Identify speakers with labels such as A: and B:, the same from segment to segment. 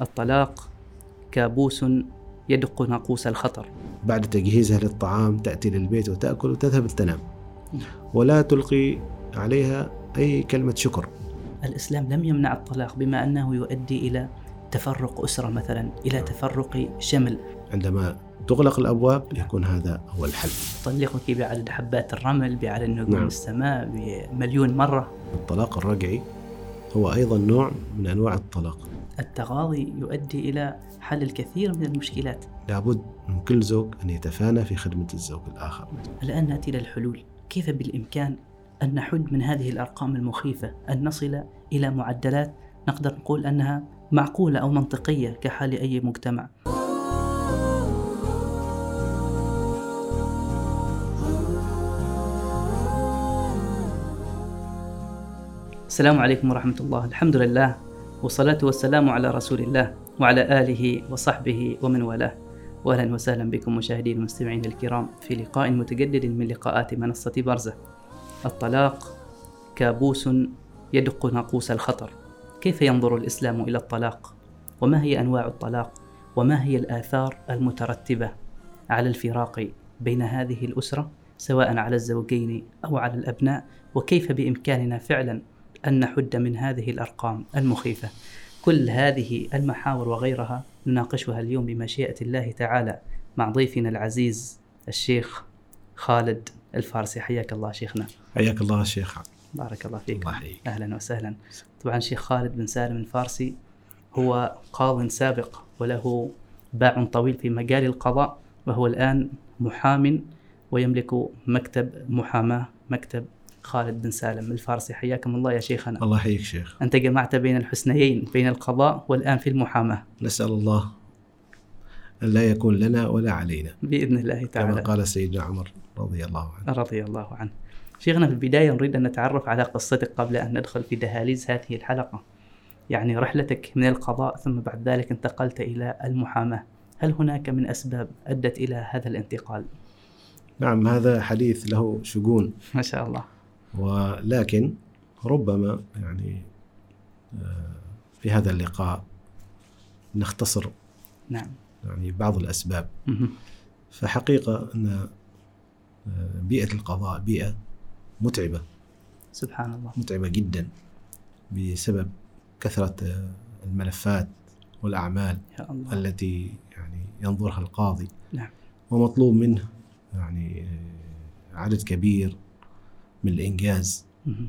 A: الطلاق كابوس يدق ناقوس الخطر
B: بعد تجهيزها للطعام تأتي للبيت وتأكل وتذهب تنام ولا تلقي عليها أي كلمة شكر
A: الإسلام لم يمنع الطلاق بما أنه يؤدي إلى تفرق أسرة مثلا إلى تفرق شمل
B: عندما تغلق الأبواب يكون هذا هو الحل
A: طلقك بعدد حبات الرمل بعدد نجوم
B: نعم.
A: السماء بمليون مرة
B: الطلاق الرجعي هو أيضا نوع من أنواع الطلاق
A: التغاضي يؤدي إلى حل الكثير من المشكلات
B: لابد من كل زوج أن يتفانى في خدمة الزوج الآخر
A: الآن نأتي إلى الحلول كيف بالإمكان أن نحد من هذه الأرقام المخيفة أن نصل إلى معدلات نقدر نقول أنها معقولة أو منطقية كحال أي مجتمع السلام عليكم ورحمة الله الحمد لله والصلاة والسلام على رسول الله وعلى آله وصحبه ومن والاه واهلا وسهلا بكم مشاهدينا المستمعين الكرام في لقاء متجدد من لقاءات منصة برزة. الطلاق كابوس يدق ناقوس الخطر. كيف ينظر الإسلام إلى الطلاق؟ وما هي أنواع الطلاق؟ وما هي الآثار المترتبة على الفراق بين هذه الأسرة سواء على الزوجين أو على الأبناء؟ وكيف بإمكاننا فعلا أن نحد من هذه الأرقام المخيفة؟ كل هذه المحاور وغيرها نناقشها اليوم بمشيئة الله تعالى مع ضيفنا العزيز الشيخ خالد الفارسي حياك الله شيخنا
B: حياك الله الشيخ
A: بارك الله فيك
B: الله يحييك.
A: أهلا وسهلا طبعا شيخ خالد بن سالم الفارسي هو قاض سابق وله باع طويل في مجال القضاء وهو الآن محام ويملك مكتب محاماة مكتب خالد بن سالم الفارسي حياكم الله يا شيخنا
B: الله يحييك شيخ
A: أنت جمعت بين الحسنيين بين القضاء والآن في المحاماة
B: نسأل الله أن لا يكون لنا ولا علينا
A: بإذن الله
B: كما
A: تعالى
B: قال سيدنا عمر رضي الله عنه
A: رضي الله عنه شيخنا في البداية نريد أن نتعرف على قصتك قبل أن ندخل في دهاليز هذه الحلقة يعني رحلتك من القضاء ثم بعد ذلك انتقلت إلى المحاماة هل هناك من أسباب أدت إلى هذا الانتقال؟
B: نعم هذا حديث له شجون
A: ما شاء الله
B: ولكن ربما يعني آه، في هذا اللقاء نختصر
A: نعم
B: يعني بعض الأسباب
A: مهم.
B: فحقيقة أن آه، بيئة القضاء بيئة متعبة
A: سبحان الله
B: متعبة جدا بسبب كثرة آه، الملفات والأعمال
A: يا الله
B: التي يعني ينظرها القاضي
A: نعم.
B: ومطلوب منه يعني آه، عدد كبير من الإنجاز
A: مهم.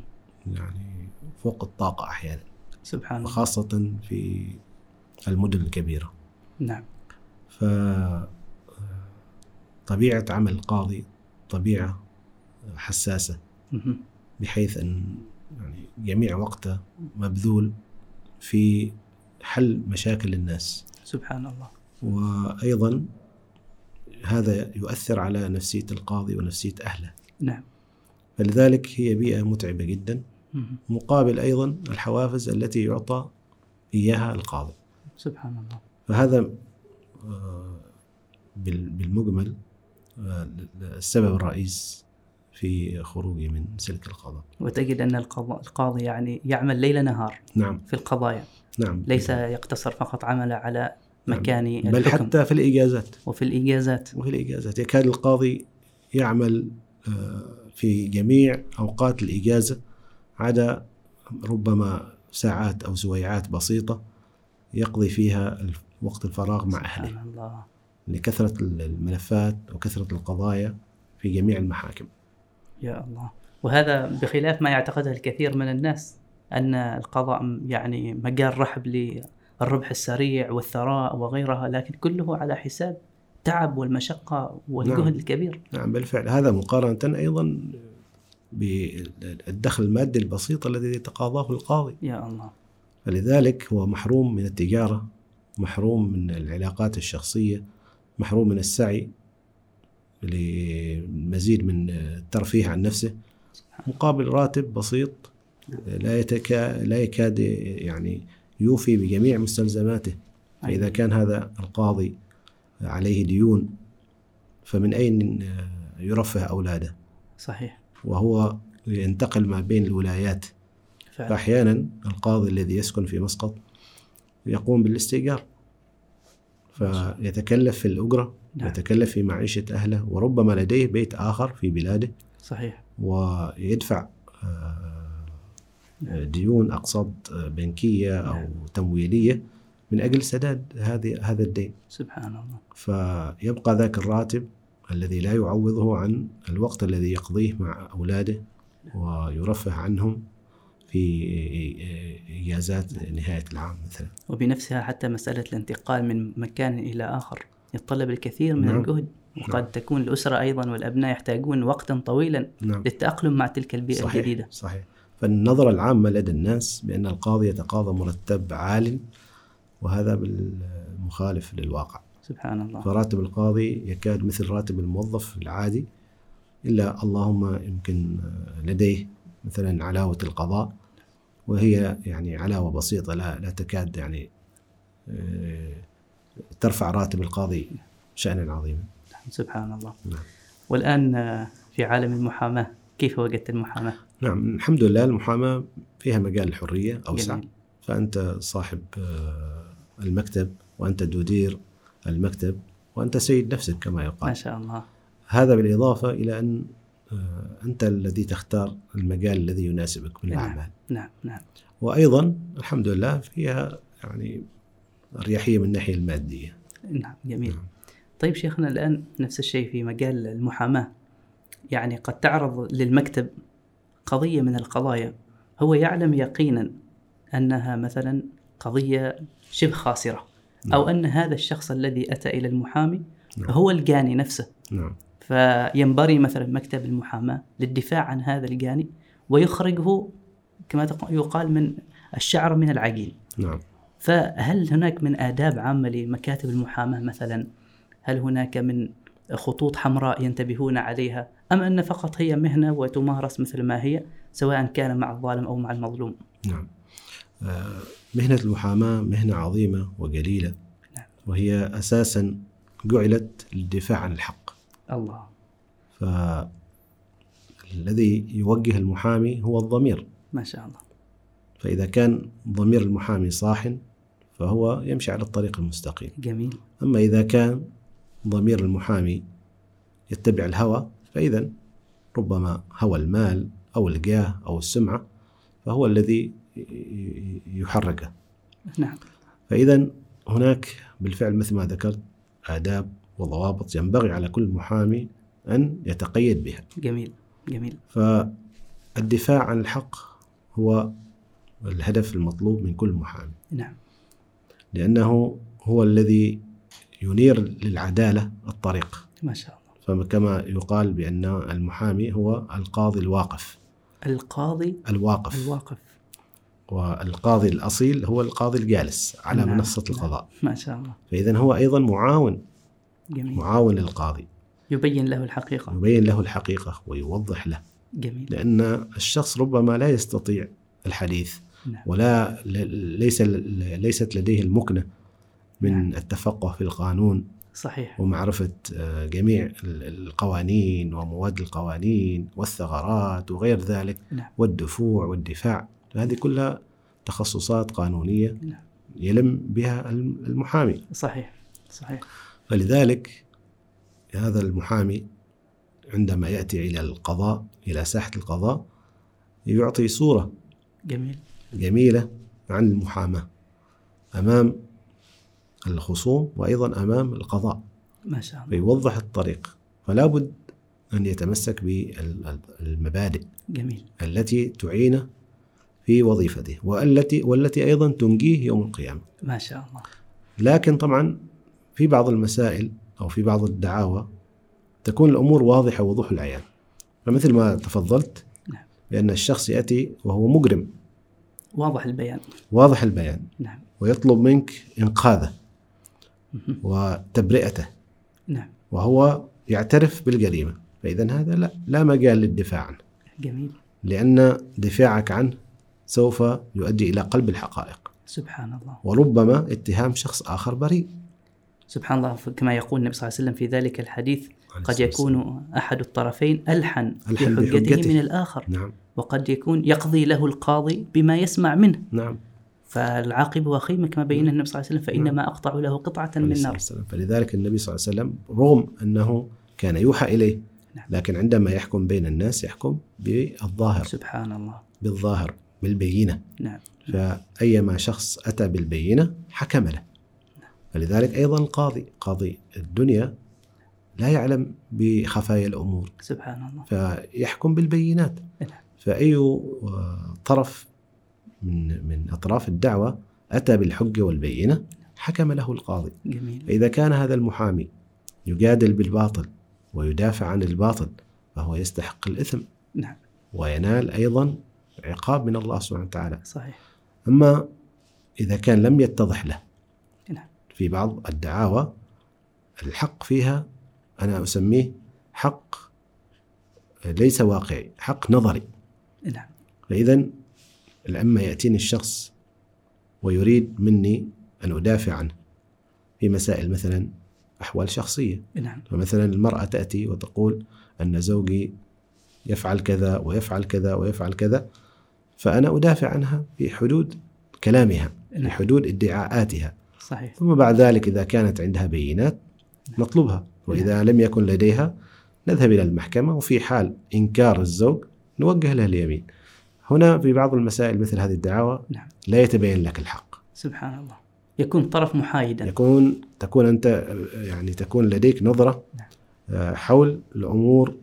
B: يعني فوق الطاقة أحيانا
A: سبحان الله
B: وخاصة في المدن الكبيرة
A: نعم
B: ف طبيعة عمل القاضي طبيعة حساسة
A: مهم.
B: بحيث أن يعني جميع وقته مبذول في حل مشاكل الناس
A: سبحان الله
B: وأيضا هذا يؤثر على نفسية القاضي ونفسية أهله
A: نعم
B: فلذلك هي بيئة متعبة جدا
A: مهم.
B: مقابل أيضا الحوافز التي يعطى إياها القاضي
A: سبحان الله
B: فهذا آه، بال- بالمجمل آه، السبب الرئيس في خروجي من سلك القضاء
A: وتجد أن القضاء القاضي يعني يعمل ليل نهار
B: نعم
A: في القضايا
B: نعم
A: ليس يقتصر فقط عمله على
B: نعم.
A: مكان
B: بل
A: الحكم
B: حتى في الإجازات
A: وفي الإجازات
B: وفي الإجازات يكاد القاضي يعمل آه، في جميع أوقات الإجازة عدا ربما ساعات أو سويعات بسيطة يقضي فيها الف- وقت الفراغ مع أهله
A: سبحان الله
B: لكثرة الملفات وكثرة القضايا في جميع المحاكم
A: يا الله وهذا بخلاف ما يعتقده الكثير من الناس أن القضاء م- يعني مجال رحب للربح السريع والثراء وغيرها لكن كله على حساب تعب والمشقة والجهد
B: نعم.
A: الكبير
B: نعم بالفعل هذا مقارنة أيضا بالدخل المادي البسيط الذي يتقاضاه القاضي
A: يا الله
B: فلذلك هو محروم من التجارة محروم من العلاقات الشخصية محروم من السعي لمزيد من الترفيه عن نفسه مقابل راتب بسيط لا يتكا لا يكاد يعني يوفي بجميع مستلزماته
A: أيوة.
B: فإذا كان هذا القاضي عليه ديون فمن أين يرفه أولاده
A: صحيح
B: وهو ينتقل ما بين الولايات
A: فعلا
B: فأحيانا القاضي الذي يسكن في مسقط يقوم بالاستئجار فيتكلف في الأجرة
A: نعم.
B: يتكلف في معيشة أهله وربما لديه بيت آخر في بلاده
A: صحيح
B: ويدفع آه، ديون أقساط بنكية أو تمويلية من أجل سداد هذه هذا الدين
A: سبحان الله
B: فيبقى ذاك الراتب الذي لا يعوضه عن الوقت الذي يقضيه مع أولاده ويرفه عنهم في إجازات نهاية العام مثلا
A: وبنفسها حتى مسألة الانتقال من مكان إلى آخر يتطلب الكثير من
B: نعم.
A: الجهد وقد تكون الأسرة أيضا والأبناء يحتاجون وقتا طويلا
B: نعم
A: للتأقلم مع تلك البيئة
B: صحيح
A: الجديدة
B: صحيح فالنظرة العامة لدى الناس بأن القاضي يتقاضى مرتب عال وهذا مخالف للواقع
A: سبحان الله
B: فراتب القاضي يكاد مثل راتب الموظف العادي إلا اللهم يمكن آه، لديه مثلا علاوة القضاء وهي يعني علاوة بسيطة لا لا تكاد يعني آه، ترفع راتب القاضي شأنا عظيما
A: سبحان الله
B: نعم.
A: والآن آه، في عالم المحاماة كيف وجدت المحاماة؟
B: نعم الحمد لله المحاماة فيها مجال الحرية أوسع
A: جميل.
B: فأنت صاحب آه، المكتب وأنت تدير المكتب وأنت سيد نفسك كما
A: ما
B: يقال
A: شاء الله
B: هذا بالإضافة إلى أن آه، أنت الذي تختار المجال الذي يناسبك من
A: نعم.
B: الأعمال
A: نعم نعم
B: وأيضا الحمد لله فيها يعني أريحية من الناحية المادية
A: نعم جميل
B: نعم.
A: طيب شيخنا الآن نفس الشيء في مجال المحاماة يعني قد تعرض للمكتب قضية من القضايا هو يعلم يقينا أنها مثلا قضية شبه خاسرة أو أن هذا الشخص الذي أتى إلى المحامي
B: نعم.
A: هو الجاني نفسه
B: نعم
A: فينبري مثلا مكتب المحاماة للدفاع عن هذا الجاني ويخرجه كما تق- يقال من الشعر من العجين
B: نعم
A: فهل هناك من آداب عامة لمكاتب المحاماة مثلا هل هناك من خطوط حمراء ينتبهون عليها أم أن فقط هي مهنة وتمارس مثل ما هي سواء كان مع الظالم أو مع المظلوم
B: نعم آه، مهنة المحاماة مهنة عظيمة وجليلة
A: نعم.
B: وهي أساسا جعلت للدفاع عن الحق
A: الله
B: فالذي يوجه المحامي هو الضمير
A: ما شاء الله
B: فإذا كان ضمير المحامي صاحن فهو يمشي على الطريق المستقيم
A: جميل
B: أما إذا كان ضمير المحامي يتبع الهوى فإذا ربما هوى المال أو الجاه أو السمعة فهو الذي ي- ي- يحركه
A: نعم
B: فإذا هناك بالفعل مثل ما ذكرت آداب وضوابط ينبغي على كل محامي أن يتقيد بها
A: جميل جميل
B: فالدفاع عن الحق هو الهدف المطلوب من كل محامي
A: نعم
B: لأنه هو الذي ينير للعدالة الطريق
A: ما شاء الله
B: فكما يقال بأن المحامي هو القاضي الواقف
A: القاضي
B: الواقف
A: الواقف
B: والقاضي الأصيل هو القاضي الجالس على
A: نعم.
B: منصة
A: نعم.
B: القضاء
A: ما شاء الله
B: فإذا هو أيضا معاون
A: جميل
B: معاون للقاضي
A: يبين له الحقيقة
B: يبين له الحقيقة ويوضح له
A: جميل
B: لأن الشخص ربما لا يستطيع الحديث
A: نعم
B: ولا ل- ليس ل- ليست لديه المكنة
A: نعم.
B: من التفقه في القانون
A: صحيح
B: ومعرفة آه، جميع ال- القوانين ومواد القوانين والثغرات وغير ذلك
A: نعم.
B: والدفوع والدفاع هذه كلها تخصصات قانونية
A: نعم.
B: يلم بها الم- المحامي
A: صحيح صحيح
B: فلذلك هذا المحامي عندما يأتي إلى القضاء إلى ساحة القضاء يعطي صورة
A: جميل
B: جميلة عن المحاماة أمام الخصوم وأيضا أمام القضاء
A: ما شاء الله
B: فيوضح الطريق فلا بد أن يتمسك بالمبادئ
A: جميل
B: التي تعينه في وظيفته والتي والتي أيضا تنجيه يوم القيامة
A: ما شاء الله
B: لكن طبعا في بعض المسائل أو في بعض الدعاوى تكون الأمور واضحة وضوح العيان فمثل ما تفضلت
A: نعم.
B: بأن الشخص يأتي وهو مجرم
A: واضح البيان
B: واضح البيان
A: نعم
B: ويطلب منك إنقاذه
A: مهم.
B: وتبرئته
A: نعم
B: وهو يعترف بالجريمة فإذا هذا لا, لا مجال للدفاع عنه
A: جميل
B: لأن دفاعك عنه سوف يؤدي إلى قلب الحقائق
A: سبحان الله
B: وربما اتهام شخص آخر بريء
A: سبحان الله كما يقول النبي صلى الله عليه وسلم في ذلك الحديث قد يكون أحد الطرفين ألحن في
B: ألحن
A: حجته
B: بحجته.
A: من الآخر
B: نعم
A: وقد يكون يقضي له القاضي بما يسمع منه
B: نعم
A: فالعاقب وخيم كما بين النبي صلى الله عليه وسلم فإنما أقطع له قطعة من نار
B: فلذلك النبي صلى الله عليه وسلم رغم أنه كان يوحى إليه
A: نعم.
B: لكن عندما يحكم بين الناس يحكم بالظاهر
A: سبحان الله
B: بالظاهر بالبينة
A: نعم
B: فأيما شخص أتى بالبينة حكم له فلذلك أيضا القاضي قاضي الدنيا لا يعلم بخفايا الأمور
A: سبحان الله
B: فيحكم بالبينات
A: نعم.
B: فأي آه، طرف من من أطراف الدعوة أتى بالحج والبينة حكم له القاضي
A: جميل
B: فإذا كان هذا المحامي يجادل بالباطل ويدافع عن الباطل فهو يستحق الإثم
A: نعم
B: وينال أيضا عقاب من الله سبحانه وتعالى
A: صحيح
B: أما إذا كان لم يتضح له
A: نعم.
B: في بعض الدعاوى الحق فيها أنا أسميه حق ليس واقعي حق نظري
A: نعم
B: فإذا لما يأتيني الشخص ويريد مني أن أدافع عنه في مسائل مثلا أحوال شخصية
A: نعم
B: فمثلا المرأة تأتي وتقول أن زوجي يفعل كذا ويفعل كذا ويفعل كذا فأنا أدافع عنها في حدود كلامها في
A: نعم
B: حدود ادعاءاتها
A: صحيح
B: ثم بعد ذلك إذا كانت عندها بينات نطلبها وإذا لم يكن لديها نذهب إلى المحكمة وفي حال إنكار الزوج نوجه له اليمين هنا في بعض المسائل مثل هذه الدعاوى
A: نعم
B: لا يتبين لك الحق
A: سبحان الله يكون طرف محايدا
B: يكون تكون أنت يعني تكون لديك نظرة
A: نعم.
B: آه، حول الأمور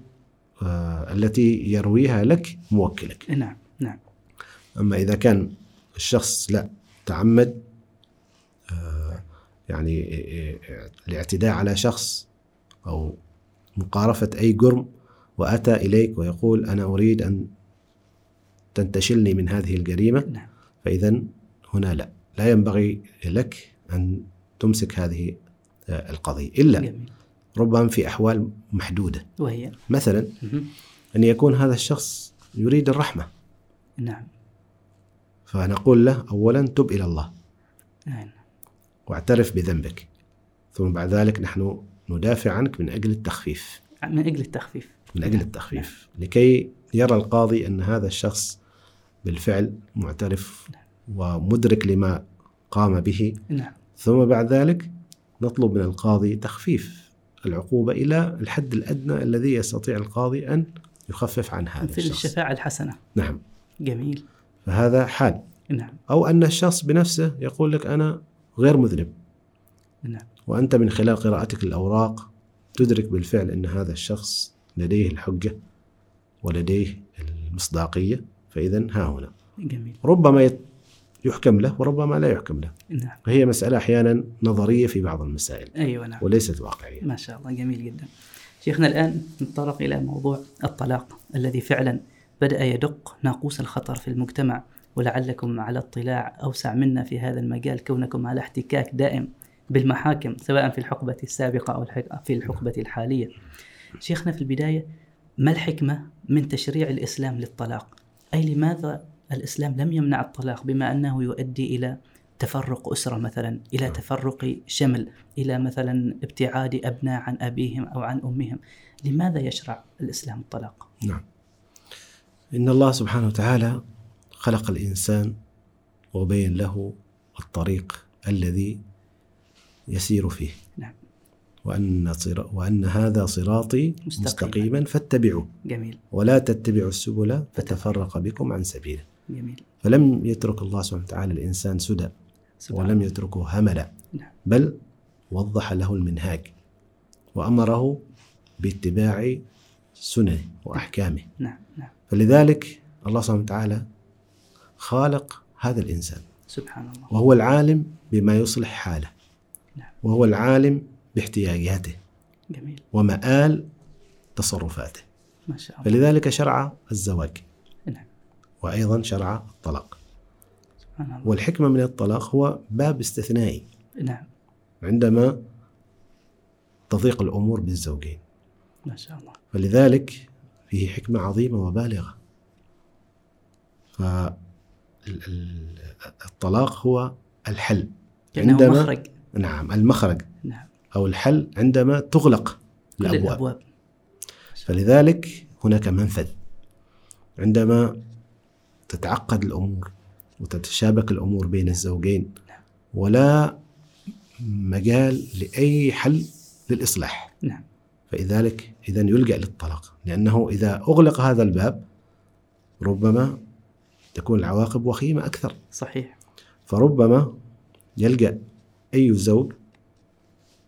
B: آه، التي يرويها لك موكلك
A: نعم نعم
B: أما إذا كان الشخص لا تعمد آه، يعني إ- إ- الاعتداء على شخص أو مقارفة أي جرم وأتى إليك ويقول أنا أريد أن تنتشلني من هذه الجريمة
A: نعم
B: فإذا هنا لا لا ينبغي لك أن تمسك هذه آه، القضية إلا
A: جميل
B: ربما في أحوال محدودة
A: وهي
B: مثلا
A: مهم.
B: أن يكون هذا الشخص يريد الرحمة
A: نعم
B: فنقول له أولا تب إلى الله
A: نعم
B: واعترف بذنبك ثم بعد ذلك نحن ندافع عنك من أجل التخفيف
A: من أجل التخفيف
B: من أجل التخفيف لكي يرى القاضي أن هذا الشخص بالفعل معترف ومدرك لما قام به
A: نعم
B: ثم بعد ذلك نطلب من القاضي تخفيف العقوبة إلى الحد الأدنى الذي يستطيع القاضي أن يخفف عن هذا
A: في
B: الشخص
A: الشفاعة الحسنة
B: نعم
A: جميل
B: فهذا حال
A: نعم
B: أو أن الشخص بنفسه يقول لك أنا غير مذنب
A: نعم
B: وأنت من خلال قراءتك الأوراق تدرك بالفعل أن هذا الشخص لديه الحجة ولديه المصداقية فإذا ها هنا
A: جميل
B: ربما يت- يحكم له وربما لا يحكم له
A: نعم
B: فهي مسألة أحيانا نظرية في بعض المسائل
A: أيوة نعم
B: وليست واقعية
A: ما شاء الله جميل جدا شيخنا الآن نتطرق إلى موضوع الطلاق الذي فعلا بدأ يدق ناقوس الخطر في المجتمع ولعلكم على اطلاع أوسع منا في هذا المجال كونكم على احتكاك دائم بالمحاكم سواء في الحقبة السابقة أو الحق- في الحقبة الحالية شيخنا في البداية ما الحكمة من تشريع الإسلام للطلاق أي لماذا الإسلام لم يمنع الطلاق بما أنه يؤدي إلى تفرق أسرة مثلا إلى
B: نعم.
A: تفرق شمل إلى مثلا ابتعاد أبناء عن أبيهم أو عن أمهم لماذا يشرع الإسلام الطلاق؟
B: نعم إن الله سبحانه وتعالى خلق الإنسان وبين له الطريق الذي يسير فيه
A: نعم.
B: وأن, صرا- وأن هذا صراطي
A: مستقيما.
B: مستقيما, فاتبعوه
A: جميل
B: ولا تتبعوا السبل فتفرق بكم عن سبيله
A: جميل
B: فلم يترك الله سبحانه وتعالى الإنسان سدى
A: سبحان
B: ولم يتركه هملا
A: نعم.
B: بل وضح له المنهاج وأمره باتباع سننه وأحكامه
A: نعم نعم
B: فلذلك الله سبحانه وتعالى خالق هذا الإنسان
A: سبحان الله
B: وهو العالم بما يصلح حاله
A: نعم.
B: وهو العالم باحتياجاته
A: جميل
B: ومآل تصرفاته
A: ما شاء الله
B: فلذلك شرع الزواج
A: نعم
B: وأيضا شرع الطلاق
A: سبحان الله
B: والحكمة من الطلاق هو باب استثنائي
A: نعم
B: عندما تضيق الأمور بالزوجين
A: ما شاء الله
B: فلذلك فيه حكمة عظيمة وبالغة فالطلاق هو الحل
A: كأنه
B: عندما-
A: يعني مخرج
B: نعم المخرج
A: نعم
B: أو الحل عندما تغلق
A: كل
B: الأبواب
A: الأبواب
B: فلذلك هناك منفذ عندما تتعقد الامور وتتشابك الامور بين الزوجين
A: نعم.
B: ولا مجال لاي حل للاصلاح
A: نعم
B: فلذلك اذا يلجا للطلاق لانه اذا اغلق هذا الباب ربما تكون العواقب وخيمه اكثر
A: صحيح
B: فربما يلجا اي زوج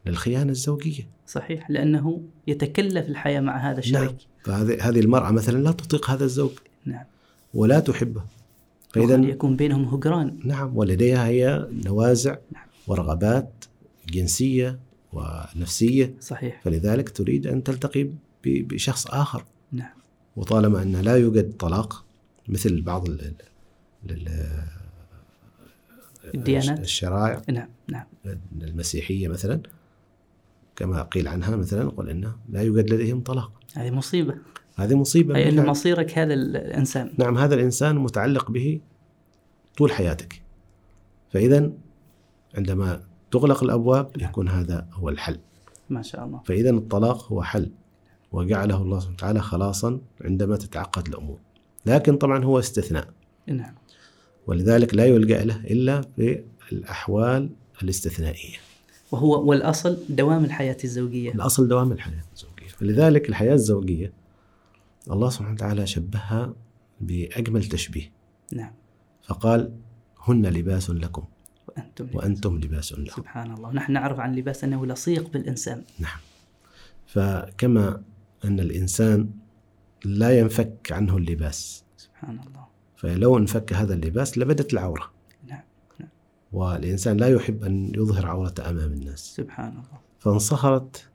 B: للخيانه الزوجيه
A: صحيح لأنه يتكلف الحياة مع هذا
B: نعم
A: الشريك
B: فهذه هذه المراه مثلا لا تطيق هذا الزوج
A: نعم
B: ولا تحبه
A: فإذا
B: فاذا
A: يكون بينهم هجران
B: نعم ولديها هي نوازع
A: نعم.
B: ورغبات جنسيه ونفسيه
A: صحيح
B: فلذلك تريد ان تلتقي ب- بشخص اخر
A: نعم
B: وطالما ان لا يوجد طلاق مثل بعض ال- ال- ال-
A: الديانات
B: الشرائع
A: نعم نعم
B: المسيحيه مثلا كما قيل عنها مثلا قل انه لا يوجد لديهم طلاق
A: هذه مصيبة
B: هذه مصيبه
A: أي أن
B: بالفعل.
A: مصيرك هذا ال- الإنسان
B: نعم هذا الإنسان متعلق به طول حياتك فإذا عندما تغلق الأبواب يكون هذا هو الحل
A: ما شاء الله
B: فإذا الطلاق هو حل وجعله الله سبحانه وتعالى خلاصا عندما تتعقد الأمور لكن طبعا هو استثناء
A: نعم
B: ولذلك لا يلجأ له إلا في الأحوال الاستثنائية
A: وهو والأصل دوام الحياة الزوجية
B: الأصل دوام الحياة الزوجية فلذلك الحياة الزوجية الله سبحانه وتعالى شبهها بأجمل تشبيه
A: نعم
B: فقال هن لباس لكم
A: وأنتم
B: وأنتم لباس لهم
A: سبحان الله نحن نعرف عن اللباس أنه لصيق بالإنسان
B: نعم فكما أن الإنسان لا ينفك عنه اللباس
A: سبحان الله
B: فلو انفك هذا اللباس لبدت العورة
A: نعم
B: والإنسان لا يحب أن يظهر عورته أمام الناس
A: سبحان الله
B: فانصهرت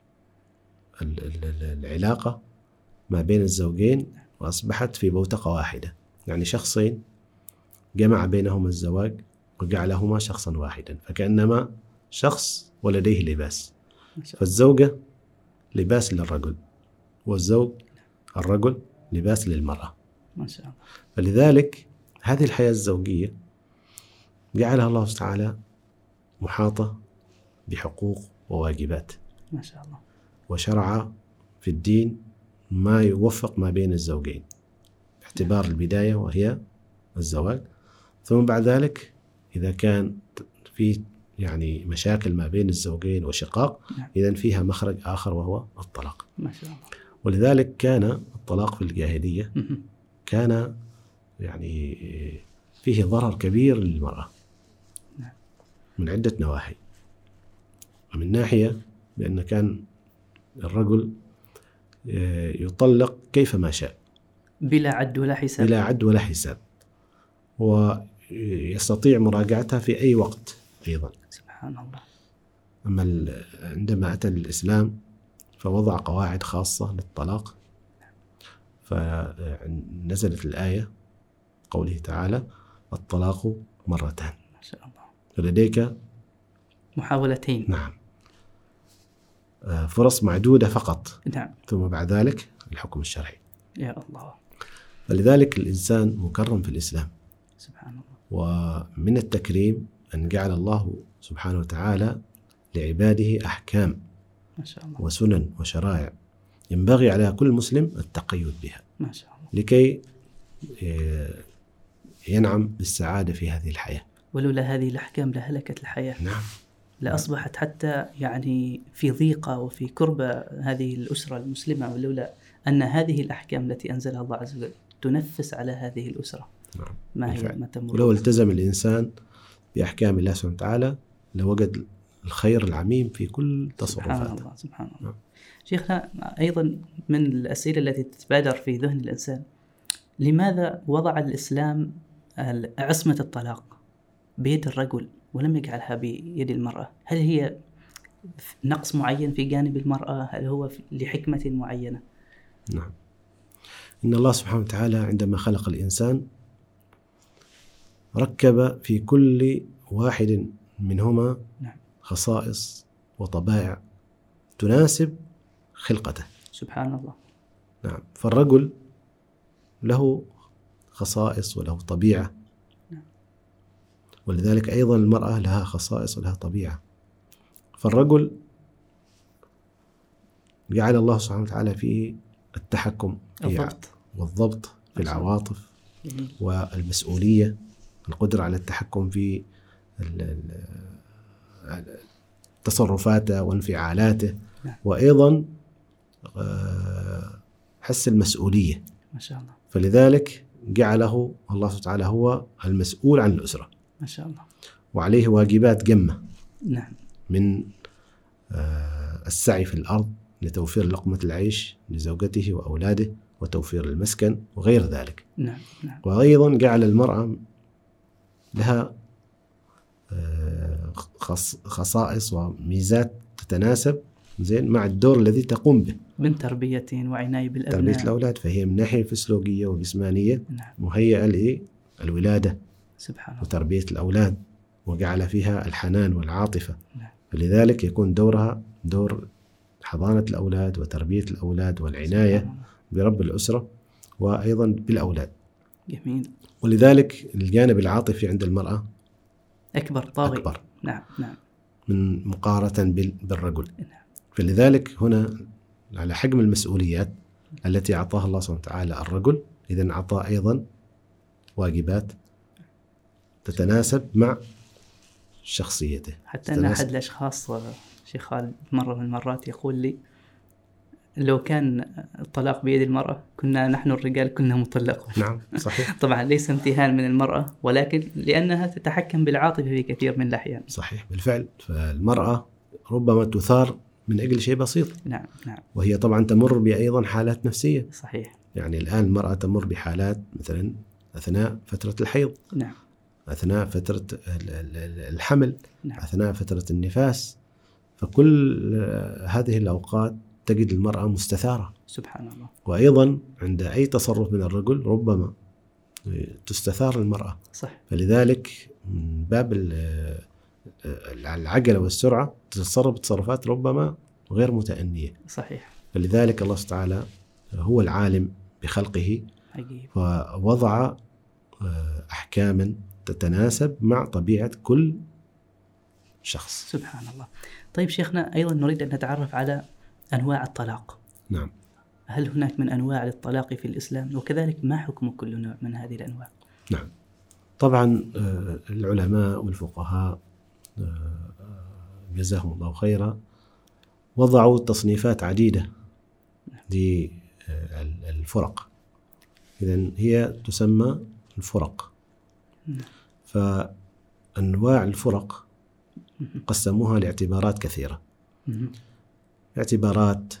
B: ال- ال- ال- العلاقة ما بين الزوجين وأصبحت في بوتقة واحدة يعني شخصين جمع بينهما الزواج وجعلهما شخصا واحدا فكأنما شخص ولديه لباس
A: ما شاء الله
B: فالزوجة لباس للرجل والزوج الرجل لباس للمرأة
A: ما شاء الله
B: فلذلك هذه الحياة الزوجية جعلها الله سبحانه وتعالى محاطة بحقوق وواجبات
A: ما شاء الله
B: وشرع في الدين ما يوفق ما بين الزوجين باعتبار البداية وهي الزواج ثم بعد ذلك إذا كان في يعني مشاكل ما بين الزوجين وشقاق
A: نعم.
B: إذا فيها مخرج آخر وهو الطلاق
A: ما شاء الله
B: ولذلك كان الطلاق في الجاهلية
A: مهم.
B: كان يعني فيه ضرر كبير للمرأة
A: نعم.
B: من عدة نواحي ومن ناحية بأن كان الرجل آه، يطلق كيفما شاء
A: بلا عد ولا حساب
B: بلا عد ولا حساب ويستطيع مراجعتها في أي وقت أيضا
A: سبحان الله
B: أما ال- عندما أتى الإسلام فوضع قواعد خاصة للطلاق فنزلت الآية قوله تعالى الطلاق مرتان
A: ما شاء الله
B: لديك
A: محاولتين
B: نعم آه، فرص معدودة فقط
A: نعم
B: ثم بعد ذلك الحكم الشرعي
A: يا الله
B: فلذلك الإنسان مكرم في الإسلام
A: سبحان الله
B: ومن التكريم أن جعل الله سبحانه وتعالى لعباده أحكام
A: ما شاء الله
B: وسنن وشرائع ينبغي على كل مسلم التقيد بها
A: ما شاء الله
B: لكي آه، ينعم بالسعادة في هذه الحياة
A: ولولا هذه الأحكام لهلكت الحياة
B: نعم
A: لأصبحت حتى يعني في ضيقة وفي كربة هذه الأسرة المسلمة ولولا أن هذه الأحكام التي أنزلها الله عز وجل تنفس على هذه الأسرة
B: نعم
A: ما هي
B: بالفعل.
A: ما تمر
B: ولو التزم الإنسان بأحكام الله سبحانه وتعالى لوجد الخير العميم في كل
A: سبحان
B: تصرفاته
A: الله سبحان الله
B: نعم.
A: شيخنا أيضا من الأسئلة التي تتبادر في ذهن الإنسان لماذا وضع الإسلام ال- عصمة الطلاق بيد الرجل ولم يجعلها بيد المرأة هل هي نقص معين في جانب المرأة هل هو في- لحكمة معينة
B: نعم إن الله سبحانه وتعالى عندما خلق الإنسان ركب في كل واحد منهما
A: نعم.
B: خصائص وطبائع تناسب خلقته
A: سبحان الله
B: نعم فالرجل له خصائص وله طبيعة
A: نعم.
B: ولذلك أيضا المرأة لها خصائص ولها طبيعة فالرجل جعل الله سبحانه وتعالى فيه التحكم في
A: الضبط
B: والضبط في
A: أحسن.
B: العواطف
A: جميل
B: والمسؤولية القدرة على التحكم في ال- ال- تصرفاته وانفعالاته
A: نعم.
B: وأيضا آه، حس المسؤولية
A: ما شاء الله
B: فلذلك جعله الله سبحانه وتعالى هو المسؤول عن الأسرة
A: ما شاء الله
B: وعليه واجبات جمة
A: نعم
B: من آه، السعي في الأرض لتوفير لقمة العيش لزوجته وأولاده وتوفير المسكن وغير ذلك
A: نعم نعم
B: وأيضا جعل المرأة لها آه، خص- خصائص وميزات تتناسب زين مع الدور الذي تقوم به
A: من تربية وعناية
B: تربية
A: بالأبناء
B: الأولاد فهي من ناحية فسيولوجية وجسمانية
A: نعم
B: مهيئة لإيه؟ الولادة
A: سبحان الله
B: وتربية الأولاد وجعل فيها الحنان والعاطفة
A: نعم.
B: فلذلك يكون دورها دور حضانة الأولاد وتربية الأولاد والعناية
A: سبحان الله.
B: برب الأسرة وأيضا بالأولاد
A: جميل
B: ولذلك الجانب العاطفي عند المرأة
A: أكبر طاغي
B: أكبر
A: نعم نعم
B: من مقارنة بال- بالرجل
A: نعم.
B: فلذلك هنا على حجم المسؤوليات التي أعطاها الله سبحانه وتعالى الرجل إذا أعطاه أيضا واجبات تتناسب مع شخصيته
A: حتى أن أحد
B: تناسب.
A: الأشخاص آه، شيخ خالد مرة من المرات يقول لي لو كان الطلاق بيد المرأة كنا نحن الرجال كنا مطلقون
B: نعم صحيح
A: طبعا ليس امتهان من المرأة ولكن لأنها تتحكم بالعاطفة في كثير من الأحيان
B: صحيح بالفعل فالمرأة ربما تثار من أجل شيء بسيط
A: نعم نعم
B: وهي طبعا تمر بأيضا حالات نفسية
A: صحيح
B: يعني الآن المرأة تمر بحالات مثلا أثناء فترة الحيض
A: نعم
B: أثناء فترة ال- ال- ال- الحمل
A: نعم
B: أثناء فترة النفاس فكل آه، هذه الأوقات تجد المرأة مستثارة
A: سبحان الله
B: وأيضا عند أي تصرف من الرجل ربما تستثار المرأة
A: صح
B: فلذلك من باب ال- آه، العجلة والسرعة تتصرف تصرفات ربما غير متأنية
A: صحيح
B: فلذلك الله سبحانه وتعالى هو العالم بخلقه
A: عجيب
B: ووضع آه، أحكاما تتناسب مع طبيعة كل شخص
A: سبحان الله طيب شيخنا أيضا نريد أن نتعرف على أنواع الطلاق
B: نعم
A: هل هناك من أنواع للطلاق في الإسلام وكذلك ما حكم كل نوع من هذه الأنواع
B: طبعا آه، العلماء والفقهاء آه، آه، جزاهم الله خيرا وضعوا تصنيفات عديدة للفرق إذا هي تسمى الفرق
A: نعم.
B: فأنواع الفرق قسموها لاعتبارات كثيرة
A: مهم.
B: اعتبارات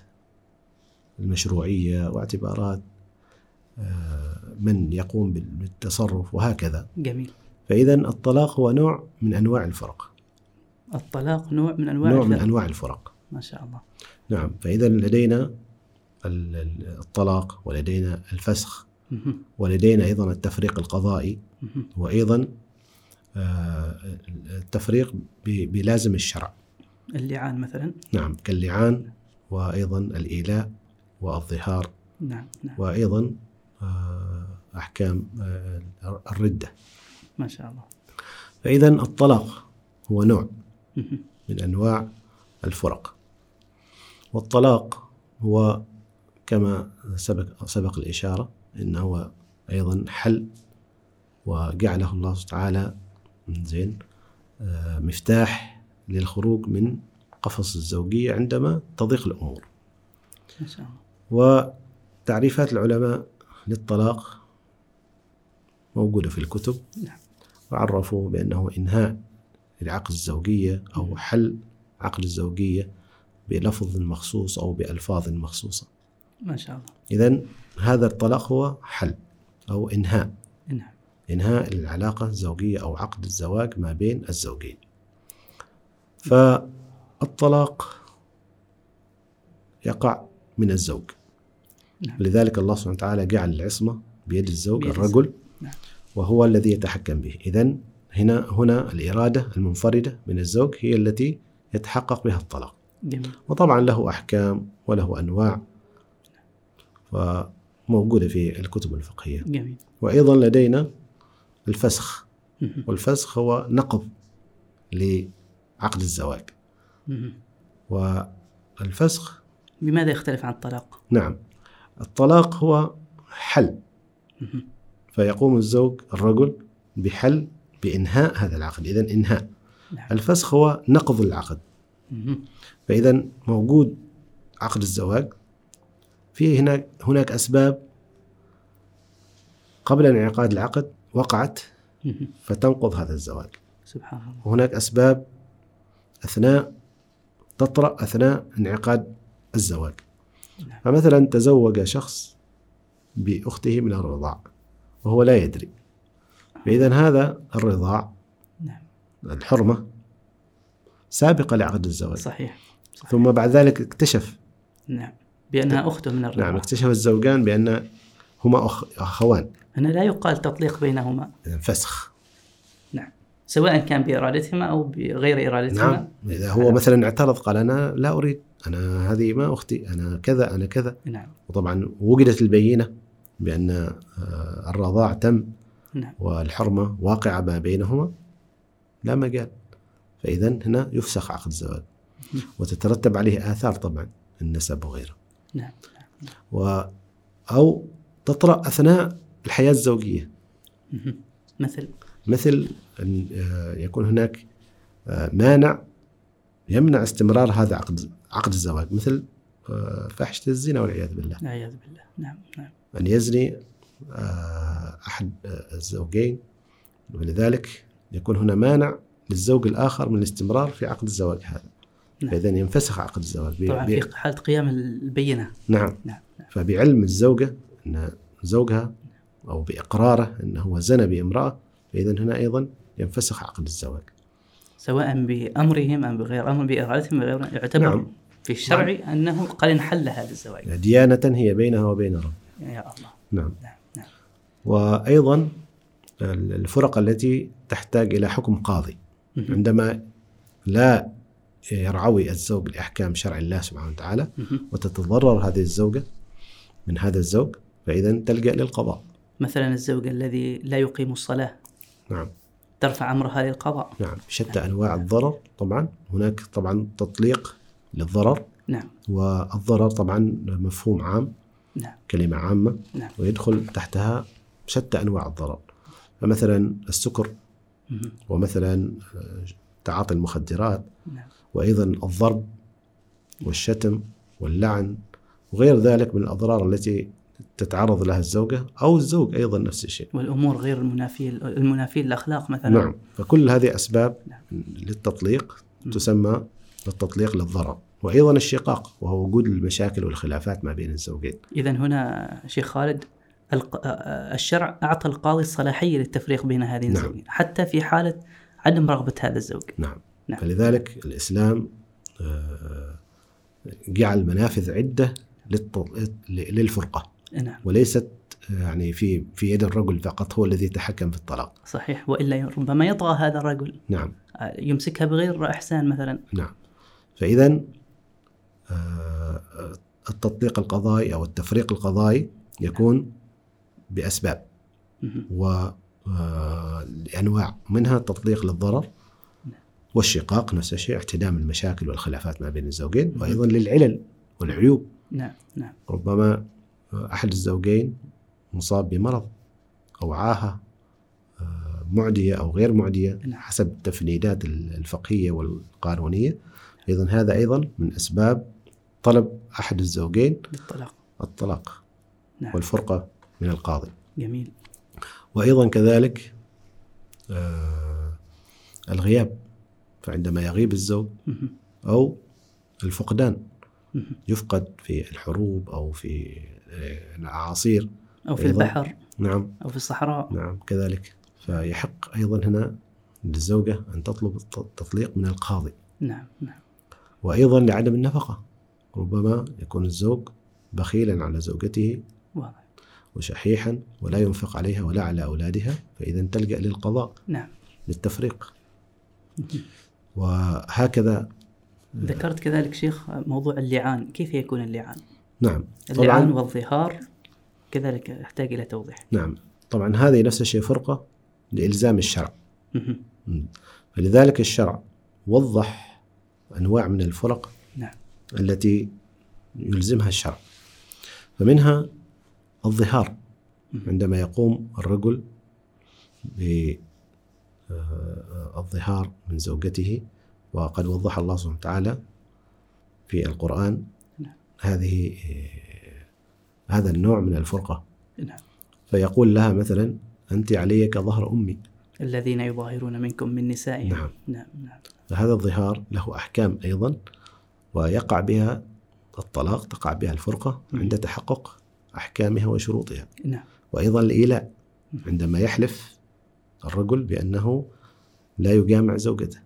B: المشروعية واعتبارات آه، من يقوم بال- بالتصرف وهكذا
A: جميل
B: فإذا الطلاق هو نوع من أنواع الفرق
A: الطلاق نوع من أنواع
B: نوع من
A: الفرق.
B: أنواع الفرق
A: ما شاء الله
B: نعم فإذا لدينا ال- ال- الطلاق ولدينا الفسخ
A: مهم.
B: ولدينا أيضا التفريق القضائي
A: مهم.
B: وأيضا آه، التفريق ب- بلازم الشرع
A: اللعان مثلا
B: نعم كاللعان وأيضا الإيلاء والظهار
A: نعم نعم
B: وأيضا آه، أحكام آه، الردة
A: ما شاء الله
B: فإذا الطلاق هو نوع
A: مهم.
B: من انواع الفرق. والطلاق هو كما سبق سبق الاشاره انه هو ايضا حل وجعله الله تعالى من زين آه، مفتاح للخروج من قفص الزوجيه عندما تضيق الامور.
A: ما شاء الله
B: وتعريفات العلماء للطلاق موجوده في الكتب
A: نعم
B: وعرفوا بأنه إنهاء العقد الزوجية أو حل عقد الزوجية بلفظ مخصوص أو بألفاظ مخصوصة
A: ما شاء الله
B: إذا هذا الطلاق هو حل أو إنهاء
A: نعم
B: إنهاء العلاقة الزوجية أو عقد الزواج ما بين الزوجين فالطلاق يقع من الزوج
A: نعم.
B: لذلك الله سبحانه وتعالى جعل العصمة بيد الزوج
A: بيد
B: الرجل
A: نعم.
B: وهو الذي يتحكم به إذا هنا هنا الإرادة المنفردة من الزوج هي التي يتحقق بها الطلاق
A: جميل
B: وطبعا له أحكام وله أنواع وموجودة في الكتب الفقهية
A: جميل
B: وأيضا لدينا الفسخ
A: مهم.
B: والفسخ هو نقض لعقد الزواج
A: مهم.
B: والفسخ
A: بماذا يختلف عن الطلاق؟
B: نعم الطلاق هو حل
A: مهم.
B: فيقوم الزوج الرجل بحل بإنهاء هذا العقد إذا إنهاء
A: نعم.
B: الفسخ هو نقض العقد
A: مهم.
B: فإذا موجود عقد الزواج في هناك هناك أسباب قبل انعقاد العقد وقعت
A: مهم.
B: فتنقض هذا الزواج
A: سبحان الله
B: وهناك أسباب أثناء تطرأ أثناء انعقاد الزواج
A: نعم.
B: فمثلا تزوج شخص بأخته من الرضاع وهو لا يدري فإذا هذا الرضاع
A: نعم.
B: الحرمة سابقة لعقد الزواج
A: صحيح صحيح.
B: ثم بعد ذلك اكتشف
A: نعم بأنها أخته من الرضاعة
B: نعم اكتشف الزوجان بأن هما أخ... أخوان
A: هنا لا يقال تطليق بينهما
B: إذا فسخ
A: سواء كان بإرادتهما أو بغير إرادتهما
B: نعم إذا هو
A: نعم.
B: مثلا اعترض قال أنا لا أريد أنا هذه ما أختي أنا كذا أنا كذا
A: نعم
B: وطبعا وجدت البينة بأن آه، الرضاع تم
A: نعم
B: والحرمة واقعة ما بينهما لا مجال فإذا هنا يفسخ عقد الزواج
A: مم.
B: وتترتب عليه آثار طبعا النسب وغيره
A: نعم
B: و أو تطرأ أثناء الحياة الزوجية
A: مهم. مثل
B: مثل أن آه، يكون هناك آه، مانع يمنع استمرار هذا عقد عقد الزواج مثل آه، فاحشة الزنا والعياذ بالله
A: والعياذ بالله نعم نعم
B: أن يزني آه، أحد آه، الزوجين ولذلك يكون هنا مانع للزوج الآخر من الاستمرار في عقد الزواج هذا
A: نعم.
B: فإذا ينفسخ عقد الزواج بي
A: طبعا
B: بي
A: في حالة قيام البينة
B: نعم
A: نعم نعم
B: فبعلم الزوجة أن زوجها أو بإقراره أنه زنى بامرأة فإذا هنا أيضا ينفسخ عقد الزواج
A: سواء بأمرهم أم بغير أمر بإرادتهم بغير يعتبر
B: نعم.
A: في الشرع أنه قد انحل هذا الزواج
B: يعني ديانة هي بينها وبين رب
A: يا الله
B: نعم
A: نعم نعم
B: وأيضا الفرق التي تحتاج إلى حكم قاضي
A: مهم.
B: عندما لا يرعوي الزوج لأحكام شرع الله سبحانه وتعالى
A: مهم.
B: وتتضرر هذه الزوجة من هذا الزوج فإذا تلجأ للقضاء
A: مثلا الزوج الذي لا يقيم الصلاة
B: نعم
A: ترفع أمرها للقضاء
B: نعم شتى أنواع الضرر طبعا هناك طبعا تطليق للضرر
A: نعم
B: والضرر طبعا مفهوم عام
A: نعم
B: كلمة عامة
A: نعم.
B: ويدخل تحتها شتى أنواع الضرر فمثلا السكر
A: مهم.
B: ومثلا آه، تعاطي المخدرات
A: نعم
B: وأيضا الضرب والشتم واللعن وغير ذلك من الأضرار التي تتعرض لها الزوجة أو الزوج أيضا نفس الشيء
A: والأمور غير المنافية المنافية للأخلاق مثلا
B: نعم فكل هذه أسباب
A: نعم.
B: للتطليق
A: مم.
B: تسمى التطليق للضرر وأيضا الشقاق وهو وجود المشاكل والخلافات ما بين الزوجين
A: إذا هنا شيخ خالد الق- آه، الشرع أعطى القاضي الصلاحية للتفريق بين هذه
B: نعم.
A: الزوجين حتى في حالة عدم رغبة هذا الزوج
B: نعم,
A: نعم.
B: فلذلك الإسلام آه، جعل منافذ عدة للت- للفرقة
A: نعم
B: وليست آه، يعني في في يد الرجل فقط هو الذي تحكم في الطلاق
A: صحيح وإلا ربما يطغى هذا الرجل
B: نعم
A: آه، يمسكها بغير إحسان مثلا
B: نعم فإذا آه، التطبيق القضائي أو التفريق القضائي يكون بأسباب
A: مهم.
B: وأنواع منها التطبيق للضرر والشقاق نفس الشيء اعتدام المشاكل والخلافات ما بين الزوجين وأيضا للعلل والعيوب
A: نعم نعم
B: ربما آه، أحد الزوجين مصاب بمرض أو عاهة آه، معدية أو غير معدية
A: نعم.
B: حسب التفنيدات الفقهية والقانونية أيضا هذا أيضا من أسباب طلب أحد الزوجين
A: بالطلاق
B: الطلاق
A: نعم
B: والفرقة من القاضي
A: جميل
B: وأيضا كذلك آه، الغياب فعندما يغيب الزوج
A: مهم.
B: أو الفقدان
A: مهم.
B: يفقد في الحروب أو في آه، الأعاصير
A: أو في
B: أيضاً.
A: البحر
B: نعم
A: أو في الصحراء
B: نعم كذلك فيحق أيضا هنا للزوجة أن تطلب الت- التطليق من القاضي
A: نعم نعم
B: وأيضا لعدم النفقة ربما يكون الزوج بخيلا على زوجته
A: واضح
B: وشحيحا ولا ينفق عليها ولا على أولادها فإذا تلجأ للقضاء
A: نعم
B: للتفريق وهكذا
A: ذكرت كذلك شيخ موضوع اللعان كيف يكون اللعان
B: نعم
A: اللعان
B: طبعا
A: والظهار كذلك يحتاج إلى توضيح
B: نعم طبعا هذه نفس الشيء فرقة لإلزام الشرع
A: مهم.
B: مم. فلذلك الشرع وضح أنواع من الفرق
A: نعم
B: التي يلزمها الشرع فمنها الظهار
A: مهم.
B: عندما يقوم الرجل ب- آه، الظهار من زوجته وقد وضح الله سبحانه وتعالى في القرآن
A: نعم.
B: هذه آه، هذا النوع من الفرقة
A: نعم.
B: فيقول لها مثلا أنت علي كظهر أمي
A: الذين يظاهرون منكم من نسائهم
B: نعم.
A: نعم نعم
B: فهذا الظهار له أحكام أيضا ويقع بها الطلاق تقع بها الفرقة
A: مم.
B: عند تحقق أحكامها وشروطها
A: نعم.
B: وأيضا الإيلاء
A: مم.
B: عندما يحلف الرجل بأنه لا يجامع زوجته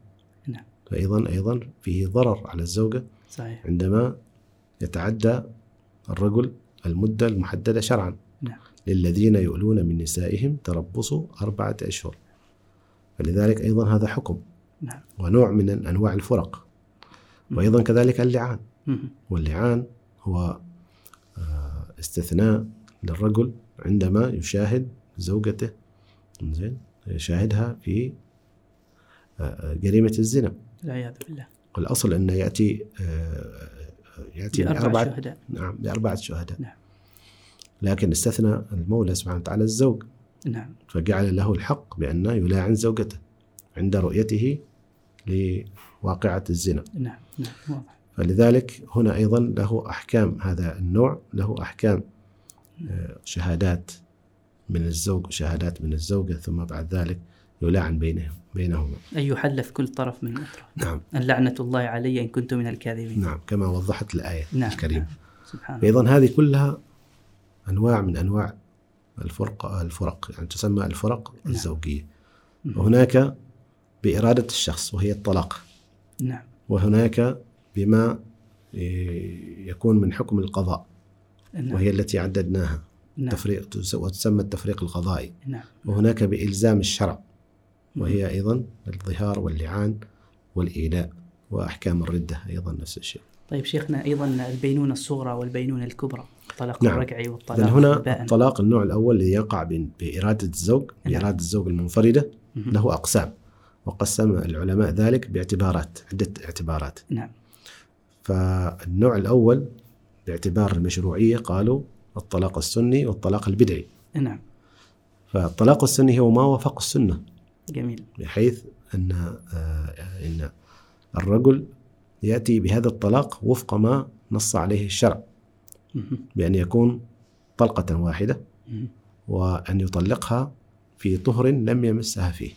A: نعم.
B: فأيضا أيضا فيه ضرر على الزوجة
A: صحيح
B: عندما يتعدى الرجل المدة المحددة شرعا
A: نعم.
B: للذين يؤلون من نسائهم تربصوا أربعة أشهر فلذلك أيضا هذا حكم
A: نعم.
B: ونوع من أنواع الفرق
A: مم.
B: وأيضا كذلك اللعان
A: مهم.
B: واللعان هو آه، استثناء للرجل عندما يشاهد زوجته زين يشاهدها في آه، آه، جريمة الزنا
A: والعياذ بالله
B: والأصل أنه يأتي آه، يأتي
A: بأربع
B: بأربعة
A: شهداء
B: نعم بأربعة شهداء
A: نعم.
B: لكن استثنى المولى سبحانه وتعالى الزوج
A: نعم
B: فجعل له الحق بأنه يلاعن زوجته عند رؤيته لواقعة الزنا
A: نعم نعم واضح
B: فلذلك هنا أيضا له أحكام هذا النوع له أحكام آه، شهادات من الزوج وشهادات من الزوجة ثم بعد ذلك يلاعن بينهم بينهما
A: أن يحلف كل طرف من الأطراف
B: نعم
A: أن لعنة الله علي إن كنت من الكاذبين
B: نعم كما وضحت الآية
A: نعم
B: الكريمة
A: نعم. سبحان الله
B: أيضا هذه كلها أنواع من أنواع الفرق الفرق يعني تسمى الفرق
A: نعم.
B: الزوجية
A: مهم.
B: وهناك بإرادة الشخص وهي الطلاق
A: نعم
B: وهناك بما ي- يكون من حكم القضاء
A: نعم
B: وهي التي عددناها
A: نعم
B: تفريق تس- وتسمى التفريق القضائي
A: نعم
B: وهناك بإلزام الشرع وهي أيضا الظهار واللعان والإيلاء وأحكام الردة أيضا نفس الشيء
A: طيب شيخنا أيضا البينونة الصغرى والبينونة الكبرى طلاق
B: نعم.
A: الرجعي والطلاق
B: إذن هنا
A: البائن.
B: الطلاق النوع الأول الذي يقع بين- بإرادة الزوج
A: نعم.
B: بإرادة الزوج المنفردة
A: مهم.
B: له أقسام وقسم العلماء ذلك باعتبارات عدة اعتبارات
A: نعم
B: فالنوع الأول باعتبار المشروعية قالوا الطلاق السني والطلاق البدعي
A: نعم
B: فالطلاق السني هو ما وافق السنة
A: جميل
B: بحيث ان آه، ان الرجل ياتي بهذا الطلاق وفق ما نص عليه الشرع
A: مهم.
B: بان يكون طلقه واحده
A: مهم.
B: وان يطلقها في طهر لم يمسها فيه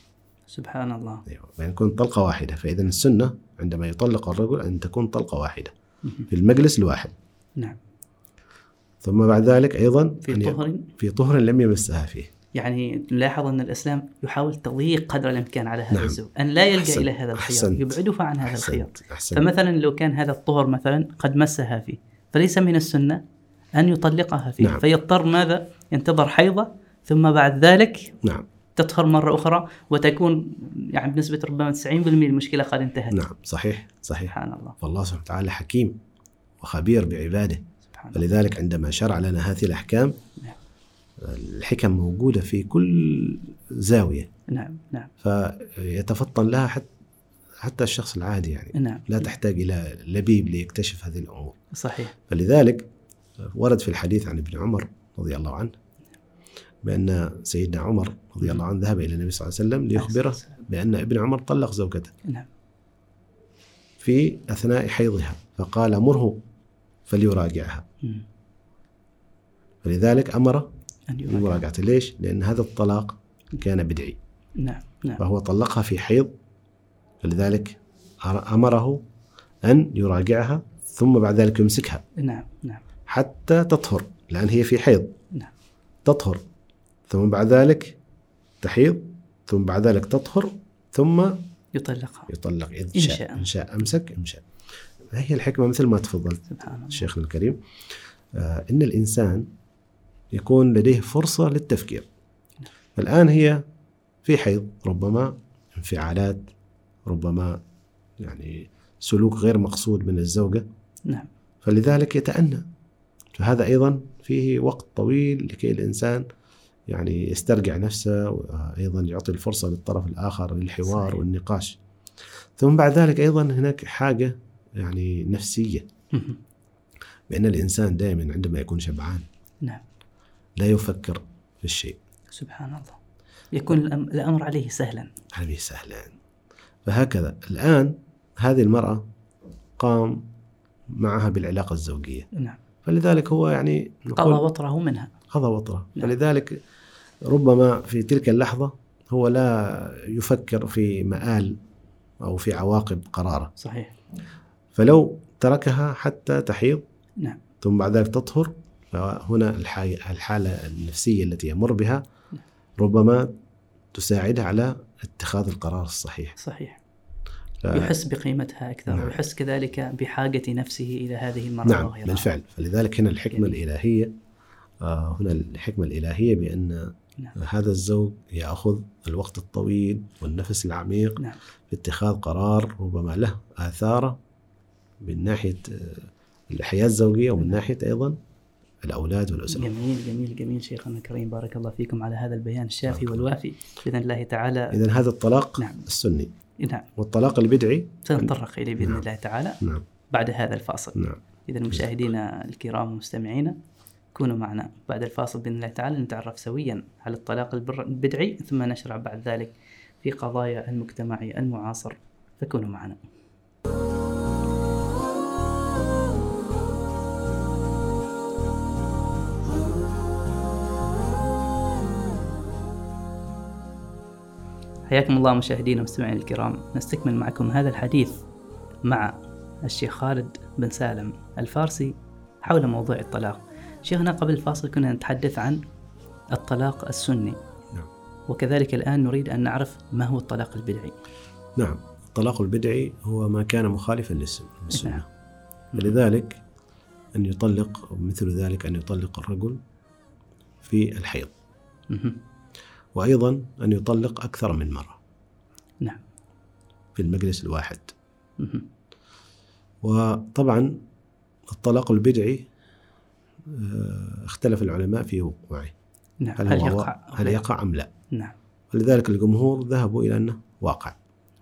A: سبحان الله
B: أيوة، بان تكون طلقه واحده فاذا السنه عندما يطلق الرجل ان تكون طلقه واحده
A: مهم.
B: في المجلس الواحد
A: نعم
B: ثم بعد ذلك ايضا
A: في
B: أن ي-
A: طهر
B: في طهر لم يمسها فيه
A: يعني نلاحظ ان الاسلام يحاول تضييق قدر الامكان على هذا
B: نعم.
A: الزوج، ان لا يلجا
B: أحسنت.
A: الى هذا الخيار،
B: أحسنت.
A: يبعده عن هذا الخيار.
B: احسنت احسنت
A: فمثلا لو كان هذا الطهر مثلا قد مسها فيه، فليس من السنه ان يطلقها فيه،
B: نعم.
A: فيضطر ماذا؟ ينتظر حيضه ثم بعد ذلك
B: نعم
A: تطهر مره اخرى وتكون يعني بنسبه ربما 90% المشكله قد انتهت.
B: نعم صحيح صحيح
A: سبحان الله
B: فالله سبحانه وتعالى حكيم وخبير بعباده
A: سبحان الله.
B: فلذلك عندما شرع لنا هذه الأحكام
A: نعم.
B: الحكم موجودة في كل زاوية
A: نعم نعم
B: فيتفطن لها حتى حتى الشخص العادي يعني
A: نعم
B: لا تحتاج إلى لبيب ليكتشف هذه الأمور
A: صحيح
B: فلذلك ورد في الحديث عن ابن عمر رضي الله عنه بأن سيدنا عمر رضي الله عنه ذهب إلى النبي صلى الله عليه وسلم ليخبره بأن ابن عمر طلق زوجته
A: نعم
B: في أثناء حيضها فقال مره فليراجعها
A: مم.
B: فلذلك أمره
A: ان يراجع
B: بمراجعته ليش؟ لأن هذا الطلاق كان بدعي
A: نعم نعم
B: فهو طلقها في حيض فلذلك أر- أمره أن يراجعها ثم بعد ذلك يمسكها
A: نعم نعم
B: حتى تطهر لأن هي في حيض
A: نعم.
B: تطهر ثم بعد ذلك تحيض ثم بعد ذلك تطهر ثم
A: يطلقها
B: يطلق إذ
A: إن
B: شاء
A: شاء.
B: إن شاء أمسك إن شاء هي الحكمة مثل ما تفضلت
A: سبحان الله
B: شيخنا الكريم آه، ان الانسان يكون لديه فرصه للتفكير الان هي في حيض ربما انفعالات ربما يعني سلوك غير مقصود من الزوجه
A: نعم
B: فلذلك يتأنى فهذا أيضا فيه وقت طويل لكي الإنسان يعني يسترجع نفسه وأيضا يعطي الفرصة للطرف الآخر للحوار
A: صحيح.
B: صحيح. والنقاش ثم بعد ذلك أيضا هناك حاجة يعني نفسية
A: مهم.
B: بأن الإنسان دائما عندما يكون شبعان
A: نعم
B: لا يفكر في الشيء
A: سبحان الله يكون
B: طيب.
A: الأم- الأمر عليه سهلا
B: هذه سهلة فهكذا الآن هذه المرأة قام معها بالعلاقة الزوجية
A: نعم
B: فلذلك هو يعني
A: قضى
B: نقول
A: وطره منها
B: قضى وطره
A: نعم.
B: فلذلك ربما في تلك اللحظة هو لا يفكر في مآل أو في عواقب قراره
A: صحيح
B: فلو تركها حتى تحيض
A: نعم.
B: ثم بعد ذلك تطهر فهنا الحي- الحالة النفسية التي يمر بها
A: نعم.
B: ربما تساعده على اتخاذ القرار الصحيح
A: صحيح
B: ف-
A: يحس بقيمتها أكثر
B: نعم.
A: ويحس كذلك بحاجة نفسه إلى هذه المرأة
B: نعم
A: وغيرها
B: بالفعل فلذلك هنا الحكمة
A: جميل.
B: الإلهية آه، هنا الحكمة الإلهية بأن
A: نعم.
B: هذا الزوج يأخذ الوقت الطويل والنفس العميق
A: نعم.
B: في اتخاذ قرار ربما له آثاره من ناحية آه، الحياة الزوجية ومن ناحية أيضا الأولاد والأسرة
A: نعم. جميل جميل جميل شيخنا الكريم بارك الله فيكم على هذا البيان الشافي
B: بارك الله.
A: والوافي بإذن الله تعالى
B: إذا هذا الطلاق
A: نعم.
B: السني
A: نعم
B: والطلاق البدعي
A: سنتطرق إليه بإذن
B: نعم.
A: الله تعالى
B: نعم
A: بعد هذا الفاصل
B: نعم
A: إذا مشاهدينا الكرام ومستمعينا كونوا معنا بعد الفاصل بإذن الله تعالى نتعرف سويا على الطلاق البر- البدعي ثم نشرع بعد ذلك في قضايا المجتمع المعاصر فكونوا معنا حياكم الله مشاهدينا ومستمعينا الكرام نستكمل معكم هذا الحديث مع الشيخ خالد بن سالم الفارسي حول موضوع الطلاق شيخنا قبل الفاصل كنا نتحدث عن الطلاق السني
B: نعم.
A: وكذلك الآن نريد أن نعرف ما هو الطلاق البدعي
B: نعم الطلاق البدعي هو ما كان مخالفا للسن-
A: نعم.
B: للسنة فلذلك أن يطلق مثل ذلك أن يطلق الرجل في الحيض
A: مهم.
B: وأيضا أن يطلق أكثر من مرة
A: نعم.
B: في المجلس الواحد
A: مهم.
B: وطبعا الطلاق البدعي آه، اختلف العلماء في وقوعه
A: نعم
B: هل, هل يقع هل يقع أم لا
A: نعم
B: ولذلك الجمهور ذهبوا إلى أنه واقع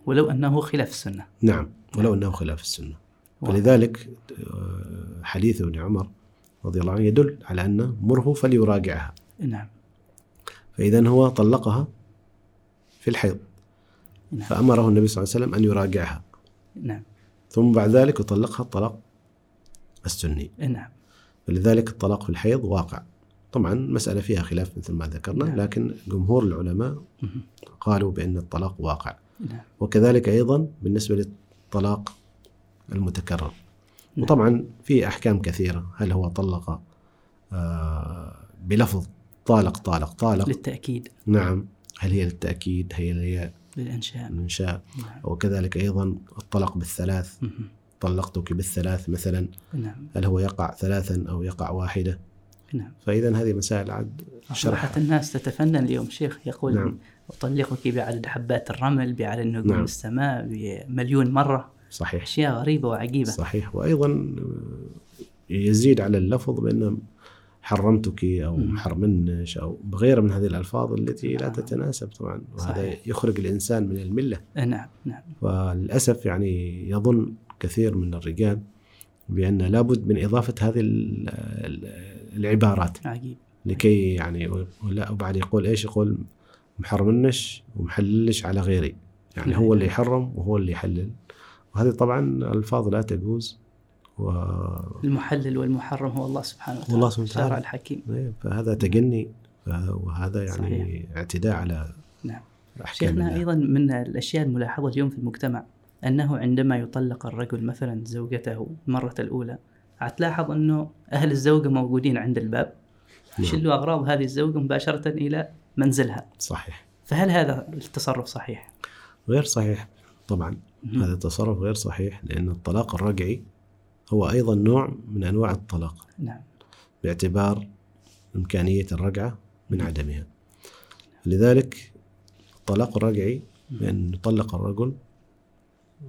A: ولو أنه خلاف السنة
B: نعم ولو أنه خلاف السنة فلذلك آه، حديث ابن عمر رضي الله عنه يدل على أنه مره فليراجعها
A: نعم
B: فإذا هو طلقها في الحيض
A: نعم.
B: فأمره النبي صلى الله عليه وسلم أن يراجعها
A: نعم
B: ثم بعد ذلك يطلقها الطلاق السني
A: نعم
B: فلذلك الطلاق في الحيض واقع طبعا مسألة فيها خلاف مثل ما ذكرنا
A: نعم.
B: لكن جمهور العلماء
A: مهم.
B: قالوا بأن الطلاق واقع
A: نعم
B: وكذلك أيضا بالنسبة للطلاق المتكرر
A: نعم.
B: وطبعا في احكام كثيره هل هو طلق آه، بلفظ طالق طالق طالق
A: للتأكيد
B: نعم هل هي للتاكيد هل هي
A: للإنشاء
B: الانشاء
A: نعم
B: وكذلك ايضا الطلق بالثلاث
A: مهم.
B: طلقتك بالثلاث مثلا
A: نعم
B: هل هو يقع ثلاثا او يقع واحده
A: نعم
B: فاذا هذه مسائل عد
A: أصبحت
B: شرح
A: الناس تتفنن اليوم شيخ يقول
B: نعم.
A: أطلقك بعدد حبات الرمل بعدد نجوم
B: نعم.
A: السماء بمليون مرة
B: صحيح
A: أشياء غريبة وعجيبة
B: صحيح وايضا آه، يزيد على اللفظ بان حرمتك او
A: مم.
B: حرمنش او بغيره من هذه الالفاظ التي لا
A: نعم.
B: تتناسب طبعا وهذا
A: صحيح.
B: يخرج الانسان من المله
A: نعم نعم
B: وللأسف يعني يظن كثير من الرجال بأن لابد من إضافة هذه ال- ال- العبارات
A: عجيب
B: لكي يعني ولا وبعد يقول إيش يقول محرمنش ومحللش على غيري يعني هو اللي يحرم وهو اللي يحلل وهذه طبعا ألفاظ لا تجوز و...
A: المحلل والمحرم هو الله سبحانه وتعالى
B: والله سبحانه وتعالى.
A: الشرع الحكيم
B: فهذا تجني ف- وهذا يعني
A: صحيح.
B: اعتداء على
A: نعم.
B: أحكام
A: شيخنا
B: الله.
A: أيضا من الأشياء الملاحظة اليوم في المجتمع أنه عندما يطلق الرجل مثلا زوجته المرة الأولى هتلاحظ أنه أهل الزوجة موجودين عند الباب
B: نعم.
A: يشلوا أغراض هذه الزوجة مباشرة إلى منزلها
B: صحيح
A: فهل هذا التصرف صحيح؟
B: غير صحيح طبعا هذا التصرف غير صحيح لأن الطلاق الرجعي هو أيضا نوع من أنواع الطلاق
A: نعم
B: باعتبار إمكانية الرجعة من عدمها لذلك الطلاق الرجعي بأن يطلق الرجل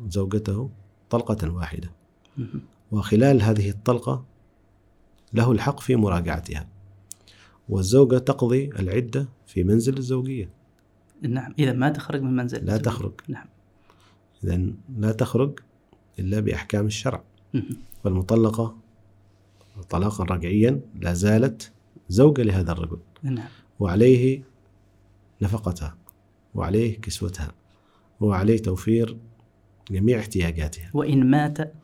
B: زوجته طلقة واحدة
A: مهم.
B: وخلال هذه الطلقة له الحق في مراجعتها والزوجة تقضي العدة في منزل الزوجية
A: نعم إذا ما تخرج من منزل
B: لا تخرج
A: نعم
B: إذن لا تخرج إلا بأحكام الشرع
A: مهم.
B: فالمطلقة طلاقا رجعيا لا زالت زوجة لهذا الرجل
A: نعم
B: وعليه نفقتها وعليه كسوتها وعليه توفير جميع احتياجاتها
A: وإن مات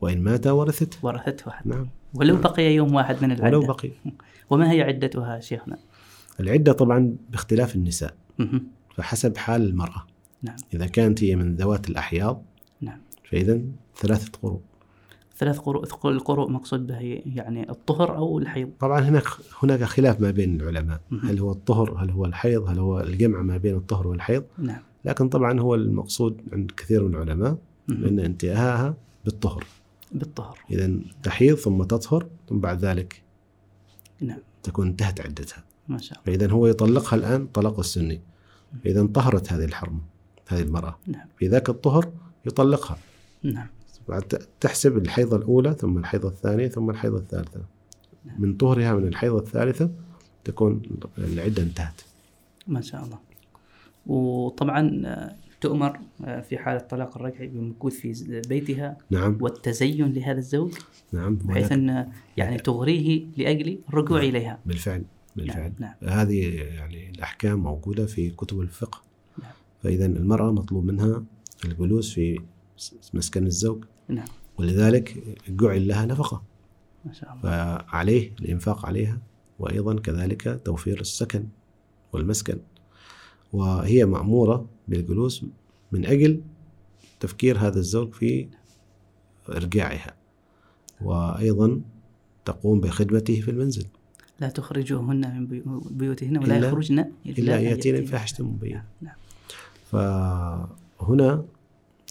B: وإن مات ورثته
A: ورثته أحد
B: نعم
A: ولو
B: نعم.
A: بقي يوم واحد من العدة
B: ولو بقي
A: وما هي عدتها شيخنا؟
B: العدة طبعا باختلاف النساء
A: مهم.
B: فحسب حال المرأة
A: نعم.
B: إذا كانت هي من ذوات الأحياض
A: نعم.
B: فإذا ثلاثة قروء
A: ثلاث قروء ثقل- القروء مقصود به يعني الطهر أو الحيض
B: طبعا هناك هناك خلاف ما بين العلماء
A: مهم.
B: هل هو الطهر هل هو الحيض هل هو الجمع ما بين الطهر والحيض
A: نعم
B: لكن طبعا هو المقصود عند كثير من العلماء
A: مهم.
B: أن انتهاءها بالطهر
A: بالطهر
B: إذا تحيض ثم تطهر ثم بعد ذلك
A: نعم.
B: تكون انتهت عدتها
A: ما شاء الله
B: فإذا هو يطلقها الآن طلاق السني إذا انطهرت هذه الحرمة هذه المرأة
A: نعم.
B: في ذاك الطهر يطلقها
A: نعم
B: بعد ت- تحسب الحيضة الأولى ثم الحيضة الثانية ثم الحيضة الثالثة
A: نعم.
B: من طهرها من الحيضة الثالثة تكون العدة انتهت
A: ما شاء الله وطبعا آه، تؤمر آه، في حالة طلاق الرجعي بالمكوث في ز- بيتها
B: نعم
A: والتزين لهذا الزوج
B: نعم
A: بحيث
B: هناك-
A: أن آه، يعني تغريه لأجل الرجوع
B: نعم.
A: إليها
B: بالفعل بالفعل
A: نعم نعم
B: هذه يعني الأحكام موجودة في كتب الفقه
A: نعم.
B: فإذا المرأة مطلوب منها الجلوس في س- مسكن الزوج
A: نعم.
B: ولذلك جعل لها نفقة
A: ما شاء الله
B: فعليه الإنفاق عليها وأيضا كذلك توفير السكن والمسكن وهي مأمورة بالجلوس من أجل تفكير هذا الزوج في إرجاعها وأيضا تقوم بخدمته في المنزل
A: لا تخرجوهن من بيو- بيوتهن ولا
B: إلا-
A: يخرجن
B: إلا
A: أن
B: يأتين بفاحشة مبينة
A: نعم نعم
B: فهنا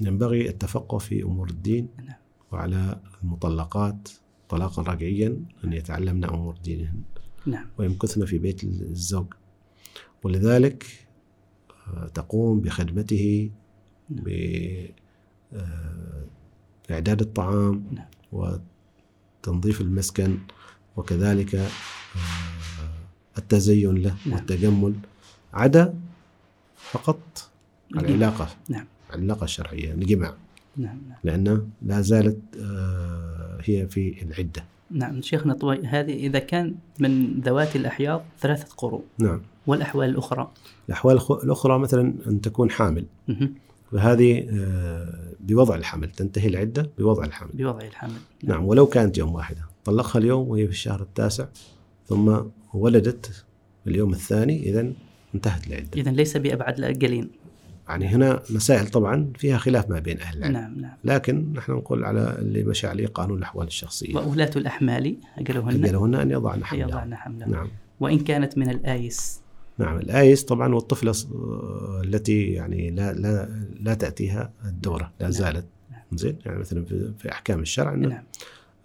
B: ينبغي التفقه في أمور الدين
A: نعم.
B: وعلى المطلقات طلاقا رجعيا أن يتعلمن أمور دينهن
A: نعم
B: ويمكثن في بيت الزوج ولذلك آه، تقوم بخدمته
A: نعم.
B: ب آه، إعداد الطعام
A: نعم.
B: وتنظيف المسكن وكذلك آه، التزين له
A: نعم.
B: والتجمل عدا فقط
A: الجماع.
B: العلاقة
A: نعم.
B: العلاقة الشرعية الجماع
A: نعم نعم
B: لأن لا زالت آه، هي في العدة
A: نعم شيخنا طبعا هذه إذا كان من ذوات الأحياض ثلاثة قروء
B: نعم
A: والأحوال الأخرى
B: الأحوال الخ- الأخرى مثلا أن تكون حامل
A: مهم.
B: وهذه آه، بوضع الحمل تنتهي العدة بوضع الحمل
A: بوضع الحمل
B: نعم ولو كانت يوم واحدة طلقها اليوم وهي في الشهر التاسع ثم ولدت اليوم الثاني إذا انتهت العدة
A: إذا ليس بأبعد الأقلين
B: يعني هنا مسائل طبعا فيها خلاف ما بين أهل العلم
A: نعم نعم
B: لكن نحن نقول على اللي مشى عليه قانون الأحوال الشخصية
A: وأولاة الأحمال أجلهن
B: أجلهن أن يضعن حملهن
A: يضعن حملهن
B: نعم
A: وإن كانت من الآيس
B: نعم الآيس طبعا والطفلة ص- التي يعني لا لا لا تأتيها الدورة لا
A: نعم.
B: زالت
A: نعم.
B: زين يعني مثلا في, في أحكام الشرع أن
A: نعم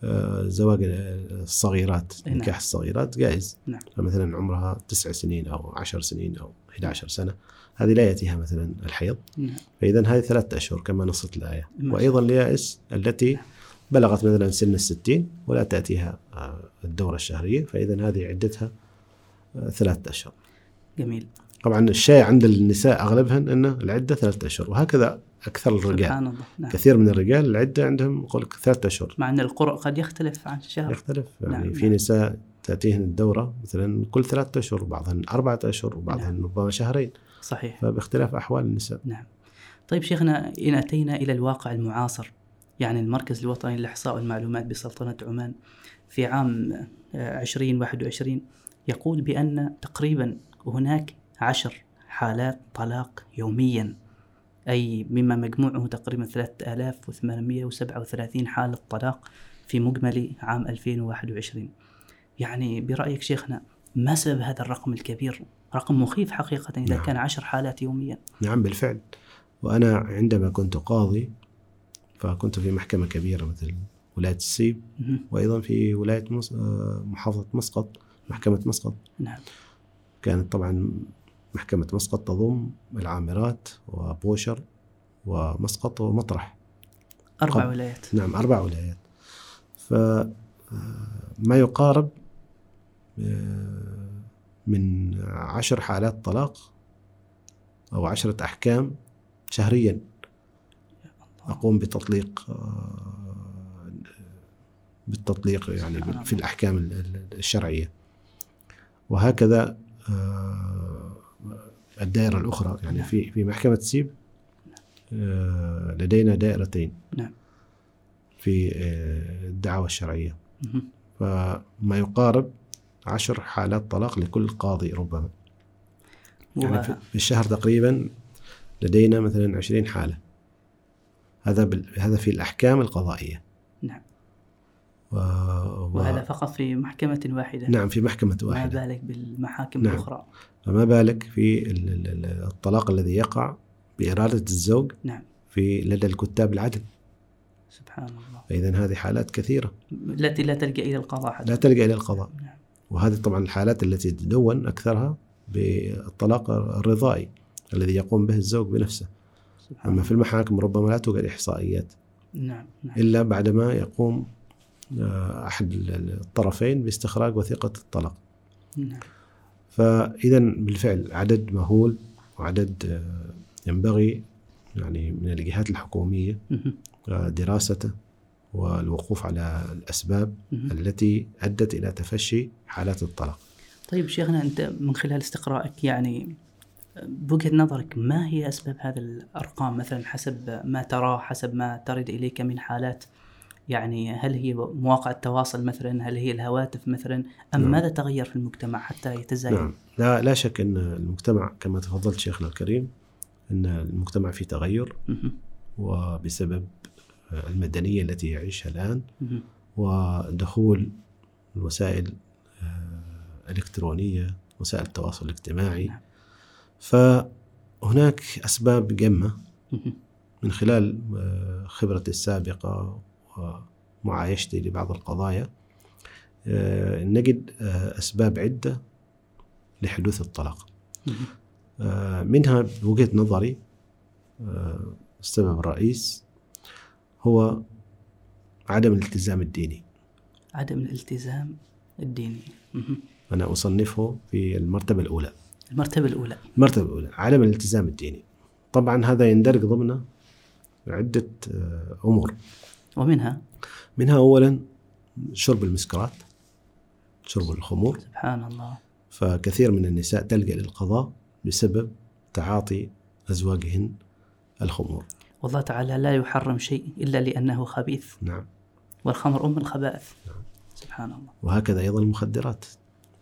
B: آه، زواج الصغيرات
A: نعم.
B: نكاح الصغيرات جائز
A: نعم.
B: فمثلا عمرها تسع سنين او عشر سنين او 11 سنه هذه لا ياتيها مثلا الحيض
A: نعم
B: فاذا هذه ثلاثة اشهر كما نصت الايه
A: ما شاء نعم.
B: وايضا اليائس التي بلغت مثلا سن الستين ولا تاتيها آه، الدوره الشهريه فاذا هذه عدتها آه، ثلاثة اشهر
A: جميل
B: طبعا الشائع عند النساء اغلبهن ان العده ثلاثة اشهر وهكذا اكثر الرجال
A: سبحان الله نعم
B: كثير من الرجال العده عندهم يقول ثلاثة اشهر
A: مع أن القرء قد يختلف عن الشهر
B: يختلف يعني
A: نعم،
B: في
A: نعم.
B: نساء تاتيهن الدوره مثلا كل ثلاثة اشهر وبعضهن اربعة اشهر وبعضهن
A: نعم.
B: ربما شهرين
A: صحيح
B: فباختلاف احوال النساء
A: طيب شيخنا إن أتينا إلى الواقع المعاصر يعني المركز الوطني للإحصاء والمعلومات بسلطنة عمان في عام آه، 2021 يقول بأن تقريبا هناك عشر حالات طلاق يوميا أي مما مجموعه تقريبا 3837 حالة طلاق في مجمل عام 2021 يعني برأيك شيخنا ما سبب هذا الرقم الكبير رقم مخيف حقيقة إذا
B: نعم.
A: كان عشر حالات يوميا
B: نعم بالفعل وانا عندما كنت قاضي فكنت في محكمه كبيره مثل ولايه السيب
A: مهم.
B: وايضا في ولايه مس... آه، محافظه مسقط محكمه مسقط
A: نعم
B: كانت طبعا محكمه مسقط تضم العامرات وبوشر ومسقط ومطرح
A: أربع
B: قبل.
A: ولايات
B: نعم أربع ولايات ف آه، ما يقارب آه، من عشر حالات طلاق أو عشرة أحكام شهريا أقوم بتطليق آه، بالتطليق يعني
A: سبحان الله.
B: في الأحكام ال- ال- الشرعية وهكذا آه، الدائره الاخرى يعني
A: نعم.
B: في في محكمه سيب آه، لدينا دائرتين
A: نعم.
B: في آه، الدعاوى الشرعيه
A: مهم.
B: فما يقارب عشر حالات طلاق لكل قاضي ربما يعني في
A: وه-
B: في الشهر تقريبا لدينا مثلا 20 حالة هذا بال... هذا في الأحكام القضائية
A: نعم.
B: و...
A: وهذا
B: و...
A: فقط في محكمة واحدة
B: نعم في محكمة
A: ما
B: واحدة
A: بالك بالمحاكم
B: نعم.
A: الأخرى
B: فما بالك في ال- ال- ال- الطلاق الذي يقع بإرادة الزوج
A: نعم.
B: في لدى الكتاب العدل
A: سبحان الله
B: فإذا هذه حالات كثيرة
A: التي لا تلجأ إلى القضاء حتى
B: لا تلجأ إلى القضاء
A: نعم.
B: وهذه طبعا الحالات التي تدون أكثرها بالطلاق الرضائي الذي يقوم به الزوج بنفسه
A: سبحان
B: أما
A: الله
B: في المحاكم ربما لا توجد إحصائيات
A: نعم نعم
B: الا بعدما يقوم آه، احد الطرفين باستخراج وثيقه الطلاق
A: نعم
B: فاذا بالفعل عدد مهول وعدد آه، ينبغي يعني من الجهات الحكوميه
A: مهم.
B: آه، دراسته والوقوف على الاسباب
A: مهم.
B: التي ادت الى تفشي حالات الطلاق
A: طيب شيخنا أنت من خلال استقرائك يعني بوجهة نظرك ما هي أسباب هذا الأرقام مثلا حسب ما تراه حسب ما ترد إليك من حالات يعني هل هي مواقع التواصل مثلا هل هي الهواتف مثلا أم
B: نعم.
A: ماذا تغير في المجتمع حتى يتزايد
B: نعم لا لا شك ان المجتمع كما تفضلت شيخنا الكريم ان المجتمع في تغير
A: مهم.
B: وبسبب آه، المدنيه التي يعيشها الان
A: مهم.
B: ودخول الوسائل آه، الإلكترونية وسائل التواصل الاجتماعي
A: نعم.
B: فهناك أسباب جمة
A: مهم.
B: من خلال آه، خبرتي السابقة ومعايشتي لبعض القضايا آه، نجد آه، أسباب عدة لحدوث الطلاق
A: مهم.
B: آه، منها بوجهة نظري آه، السبب الرئيس هو عدم الالتزام الديني
A: عدم الالتزام الديني مهم.
B: أنا أصنفه في المرتبة الأولى
A: المرتبة الأولى
B: المرتبة الأولى عدم الالتزام الديني طبعا هذا يندرج ضمن عدة آه، أمور
A: ومنها
B: منها أولا شرب المسكرات شرب الخمور
A: سبحان الله
B: فكثير من النساء تلجأ للقضاء بسبب تعاطي أزواجهن الخمور
A: والله تعالى لا يحرم شيء إلا لأنه خبيث
B: نعم
A: والخمر أم الخبائث سبحان الله
B: وهكذا أيضا المخدرات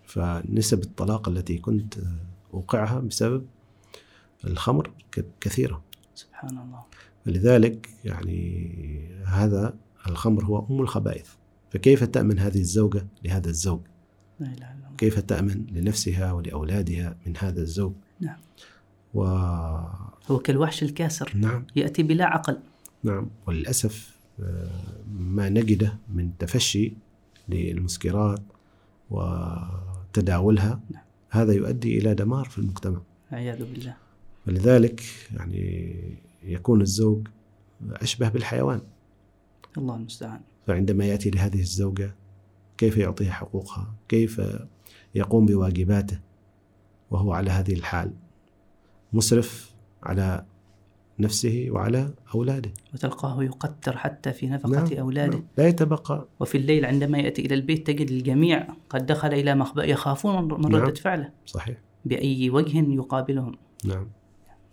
B: فنسب الطلاق التي كنت آه، أوقعها بسبب الخمر ك- كثيرة
A: سبحان الله
B: فلذلك يعني هذا الخمر هو أم الخبائث فكيف تأمن هذه الزوجة لهذا الزوج
A: لا إله إلا الله
B: كيف تأمن لنفسها ولأولادها من هذا الزوج
A: نعم.
B: و...
A: هو كالوحش الكاسر
B: نعم
A: يأتي بلا عقل
B: نعم وللأسف آه، ما نجده من تفشي للمسكرات وتداولها
A: نعم.
B: هذا يؤدي إلى دمار في المجتمع
A: والعياذ بالله
B: ولذلك يعني يكون الزوج أشبه بالحيوان
A: الله المستعان
B: فعندما يأتي لهذه الزوجة كيف يعطيها حقوقها كيف يقوم بواجباته وهو على هذه الحال مسرف على نفسه وعلى أولاده
A: وتلقاه يقتر حتى في نفقة
B: نعم،
A: أولاده
B: لا يتبقى
A: وفي الليل عندما يأتي إلى البيت تجد الجميع قد دخل إلى مخبأ يخافون من- من
B: نعم.
A: ردة فعله
B: صحيح
A: بأي وجه يقابلهم
B: نعم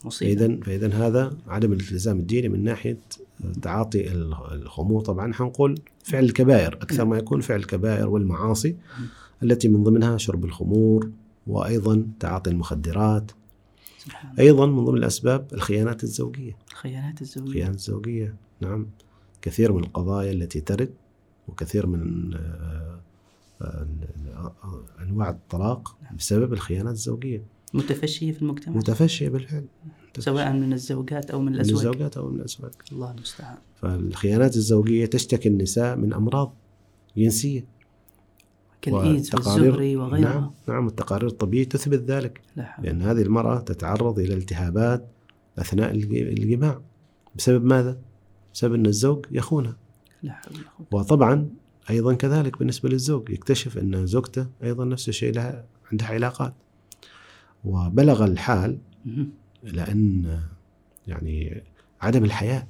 A: مصيبة
B: فإذا فإذا هذا عدم الالتزام الديني من ناحية تعاطي ال- الخمور طبعا حنقول فعل الكبائر أكثر ما يكون فعل الكبائر والمعاصي التي من ضمنها شرب الخمور وأيضا تعاطي المخدرات
A: سبحان الله
B: أيضا من ضمن الأسباب الخيانات الزوجية
A: الخيانات الزوجية
B: الخيانة الزوجية نعم كثير من القضايا التي ترد وكثير من آه، آه، آه، أنواع الطلاق بسبب الخيانات الزوجية
A: متفشية في المجتمع
B: متفشية بالفعل متفشية.
A: سواء من الزوجات أو من
B: من
A: الأزواج
B: الزوجات أو من الأزواج
A: الله المستعان
B: فالخيانات الزوجية تشتكي النساء من أمراض جنسية
A: كالإيدز
B: والتقارير-
A: والزهري وغيرها
B: نعم نعم التقارير الطبية تثبت ذلك
A: لا حول
B: لأن هذه المرأة تتعرض إلى التهابات أثناء الج- الجماع بسبب ماذا؟ بسبب أن الزوج يخونها
A: لا حول ولا قوة
B: وطبعا أيضا كذلك بالنسبة للزوج يكتشف أن زوجته أيضا نفس الشيء لها عندها علاقات وبلغ الحال
A: مهم.
B: إلى أن يعني عدم الحياء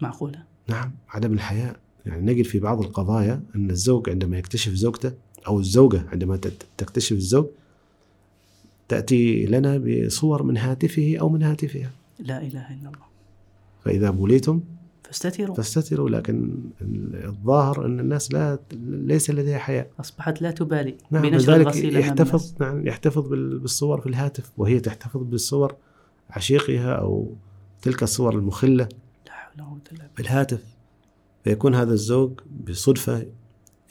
A: معقولة
B: نعم عدم الحياء يعني نجد في بعض القضايا أن الزوج عندما يكتشف زوجته أو الزوجة عندما تت- تكتشف الزوج تأتي لنا بصور من هاتفه أو من هاتفها
A: لا إله إلا الله
B: فإذا بليتم
A: فاستتروا
B: فاستتروا لكن الظاهر أن الناس لا ليس لديها حياء
A: أصبحت لا تبالي
B: نعم
A: بنشر
B: لذلك
A: الغسيل أمام
B: يحتفظ
A: الناس.
B: نعم يحتفظ بال- بالصور في الهاتف وهي تحتفظ بالصور عشيقها أو تلك الصور المخلة
A: لا حول ولا قوة إلا بالله.
B: بالهاتف فيكون هذا الزوج بصدفة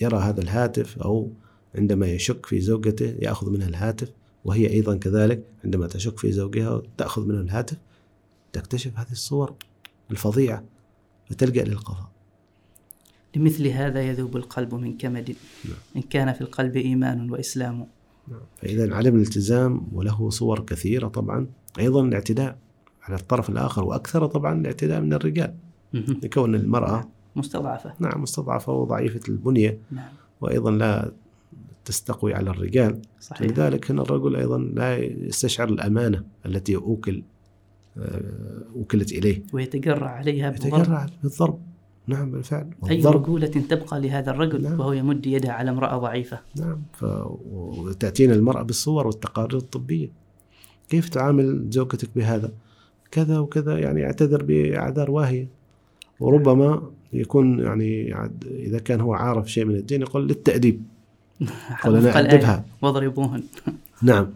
B: يرى هذا الهاتف أو عندما يشك في زوجته يأخذ منها الهاتف وهي أيضا كذلك عندما تشك في زوجها تأخذ منه الهاتف تكتشف هذه الصور الفظيعة فتلجأ للقضاء
A: لمثل هذا يذوب القلب من كمد
B: نعم.
A: إن كان في القلب إيمان وإسلام
B: فإذا عدم الالتزام وله صور كثيرة طبعا أيضا الاعتداء على الطرف الآخر وأكثر طبعا الاعتداء من الرجال
A: مهم.
B: لكون المرأة
A: مستضعفة
B: نعم مستضعفة وضعيفة البنية
A: نعم
B: وأيضا لا تستقوي على الرجال
A: صحيح
B: لذلك هنا الرجل ايضا لا يستشعر الامانه التي اوكل آه، وكلت اليه
A: ويتجرع عليها بالضرب
B: يتجرع بالضرب نعم بالفعل
A: أي
B: والضرب
A: رجولة تبقى لهذا الرجل
B: نعم.
A: وهو يمد يده على امرأة ضعيفة
B: نعم ف... وتاتينا المراه بالصور والتقارير الطبيه كيف تعامل زوجتك بهذا كذا وكذا يعني اعتذر باعذار واهيه وربما يكون يعني عاد- اذا كان هو عارف شيء من الدين يقول للتاديب يقول
A: وفق
B: انا
A: الآية،
B: ادبها
A: واضربوهن
B: نعم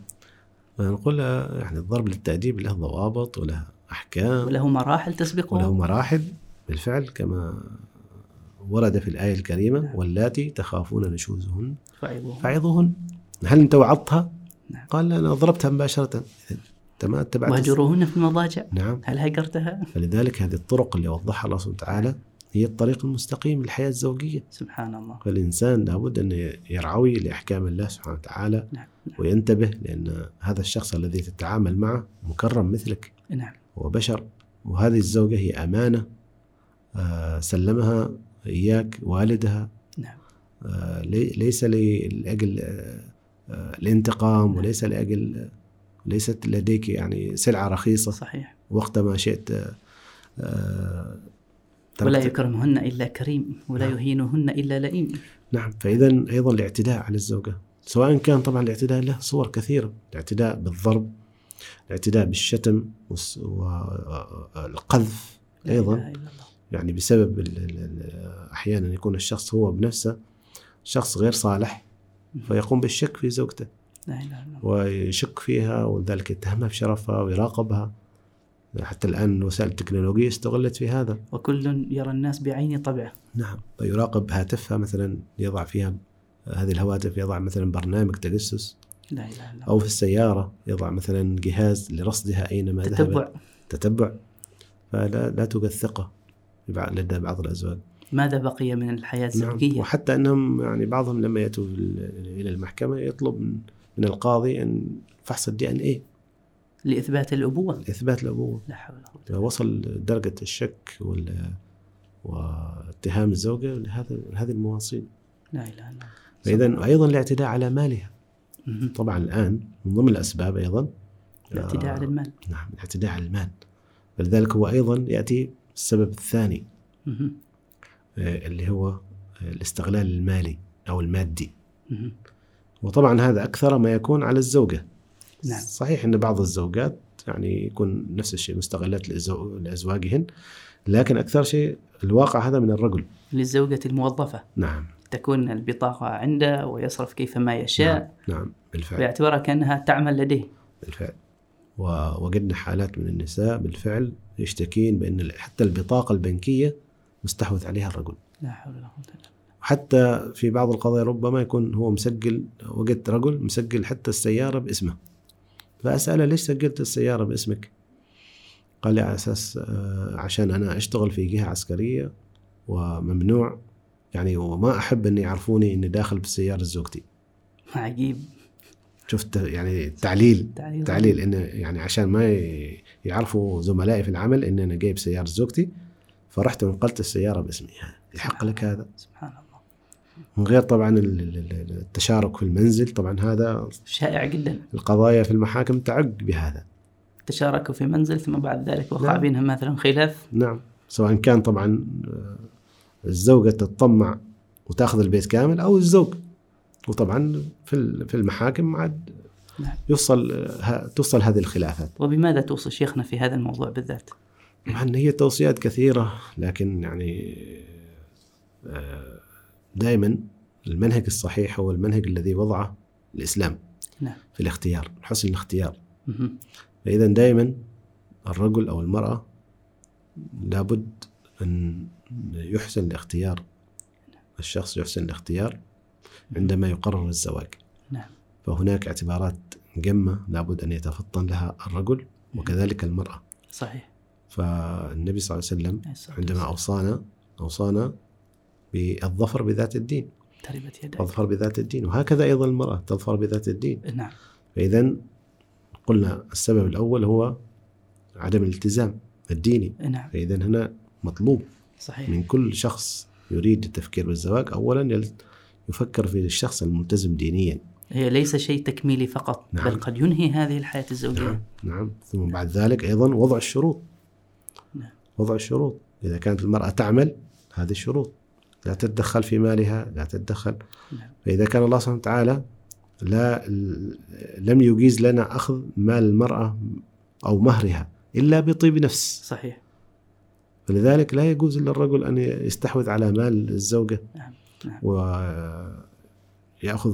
B: نقول لها يعني الضرب للتاديب له ضوابط وله احكام
A: وله مراحل
B: وله
A: تسبقه
B: مراحل بالفعل كما ورد في الآية الكريمة
A: نعم.
B: واللاتي تخافون نشوزهن
A: فعظوهن
B: فعظوهن هل أنت وعظتها؟
A: نعم.
B: قال لا، أنا ضربتها مباشرة أنت ما اتبعت
A: واهجروهن في المضاجع
B: نعم
A: هل هجرتها؟
B: فلذلك هذه الطرق اللي وضحها الله سبحانه وتعالى هي الطريق المستقيم للحياة الزوجية
A: سبحان الله
B: فالإنسان لابد أن يرعوي لأحكام الله سبحانه وتعالى
A: نعم
B: وينتبه لأن هذا الشخص الذي تتعامل معه مكرم مثلك
A: نعم
B: هو بشر وهذه الزوجة هي أمانة آه، سلمها إياك والدها
A: نعم.
B: آه، لي- ليس لي- لأجل آه، آه، الانتقام
A: نعم.
B: وليس لأجل ليست لديك يعني سلعة رخيصة
A: صحيح
B: وقت ما شئت آه، آه،
A: ولا
B: تركتك.
A: يكرمهن إلا كريم ولا
B: نعم.
A: يهينهن إلا لئيم
B: نعم فإذا أيضا الاعتداء على الزوجة سواء كان طبعا الاعتداء له صور كثيرة الاعتداء بالضرب الاعتداء بالشتم والقذف
A: لا
B: أيضا
A: إله إلا الله.
B: يعني بسبب ال- ال- ال- احيانا يكون الشخص هو بنفسه شخص غير صالح فيقوم بالشك في زوجته
A: لا إله إلا الله
B: ويشك فيها ولذلك يتهمها بشرفها ويراقبها حتى الان الوسائل التكنولوجيه استغلت في هذا
A: وكل يرى الناس بعين طبعه
B: نعم فيراقب هاتفها مثلا يضع فيها هذه الهواتف يضع مثلا برنامج تجسس
A: لا إله إلا الله
B: او في السياره يضع مثلا جهاز لرصدها اينما ذهبت
A: تتبع
B: تتبع فلا لا توجد ثقه في بعض- لدى بعض الازواج
A: ماذا بقي من الحياة
B: نعم
A: الزوجية
B: وحتى انهم يعني بعضهم لما ياتوا في ال- الى المحكمه يطلب من, من القاضي ان فحص الدي ان اي
A: لإثبات الأبوة
B: اثبات الابوه
A: لا حول ولا قوة
B: وصل درجه الشك وال واتهام الزوجه لهذا هذه المواصيل
A: لا إله إلا الله
B: فاذا ايضا الاعتداء على مالها
A: مهم.
B: طبعا الان من ضمن الاسباب ايضا
A: الاعتداء على المال
B: نعم الاعتداء على المال فلذلك هو ايضا ياتي السبب الثاني
A: مهم.
B: آه، اللي هو آه، الاستغلال المالي او المادي
A: مهم.
B: وطبعا هذا اكثر ما يكون على الزوجه
A: نعم.
B: صحيح ان بعض الزوجات يعني يكون نفس الشيء مستغلات لزو- لازواجهن لكن اكثر شيء الواقع هذا من الرجل
A: للزوجة الموظفة
B: نعم
A: تكون البطاقة عنده ويصرف كيفما
B: نعم,
A: يشاء
B: نعم بالفعل
A: ويعتبرها كأنها تعمل لديه
B: بالفعل ووجدنا حالات من النساء بالفعل يشتكين بان ال- حتى البطاقه البنكيه مستحوذ عليها الرجل
A: لا حول ولا قوة إلا
B: حتى في بعض القضايا ربما يكون هو مسجل وجدت رجل مسجل حتى السيارة باسمه فأسأله ليش سجلت السيارة باسمك قال لي على أساس آه، عشان أنا أشتغل في جهة عسكرية وممنوع يعني وما أحب أن يعرفوني أني داخل بسيارة زوجتي
A: بالله عجيب
B: شفت يعني تعليل
A: تعليل
B: تعليل انه يعني عشان ما ي- يعرفوا زملائي في العمل ان انا جايب سياره زوجتي فرحت ونقلت السياره باسمي يعني يحق لك هذا
A: سبحان الله
B: من غير طبعا ال- ال- ال- التشارك في المنزل طبعا هذا
A: شائع جدا
B: القضايا في المحاكم تعق بهذا
A: تشاركوا في منزل ثم بعد ذلك وقع
B: نعم.
A: بينهم مثلا خلاف
B: نعم سواء كان طبعا آه، الزوجة تتطمع وتاخذ البيت كامل او الزوج وطبعا في ال- في المحاكم عاد
A: نعم.
B: يفصل ه- تفصل هذه الخلافات
A: وبماذا توصي شيخنا في هذا الموضوع بالذات؟
B: طبعا هي توصيات كثيرة لكن يعني آه، دائما المنهج الصحيح هو المنهج الذي وضعه الإسلام
A: نعم.
B: في الاختيار حسن الاختيار
A: مهم.
B: فإذا دائما الرجل أو المرأة لابد أن يحسن الاختيار الشخص يحسن الاختيار عندما يقرر الزواج
A: نعم.
B: فهناك اعتبارات جمة لابد أن يتفطن لها الرجل وكذلك المرأة
A: صحيح
B: فالنبي صلى الله عليه وسلم
A: عليه الصلاة
B: عندما
A: والسلام.
B: أوصانا أوصانا بالظفر بذات الدين
A: تربت يدك
B: الظفر بذات الدين وهكذا أيضا المرأة تظفر بذات الدين
A: نعم
B: فإذا قلنا السبب الأول هو عدم الالتزام الديني
A: نعم
B: فإذا هنا مطلوب
A: صحيح
B: من كل شخص يريد التفكير بالزواج أولا يل- يفكر في الشخص الملتزم دينيا
A: هي ليس شيء تكميلي فقط
B: نعم.
A: بل قد ينهي هذه الحياة الزوجية
B: نعم ثم بعد ذلك أيضا وضع الشروط
A: نعم.
B: وضع الشروط إذا كانت المرأة تعمل هذه الشروط لا تتدخل في مالها لا تتدخل
A: نعم.
B: فإذا كان الله سبحانه وتعالى لا لم يجيز لنا أخذ مال المرأة أو مهرها إلا بطيب نفس
A: صحيح
B: فلذلك لا يجوز للرجل أن يستحوذ على مال الزوجة
A: نعم، نعم.
B: ويأخذ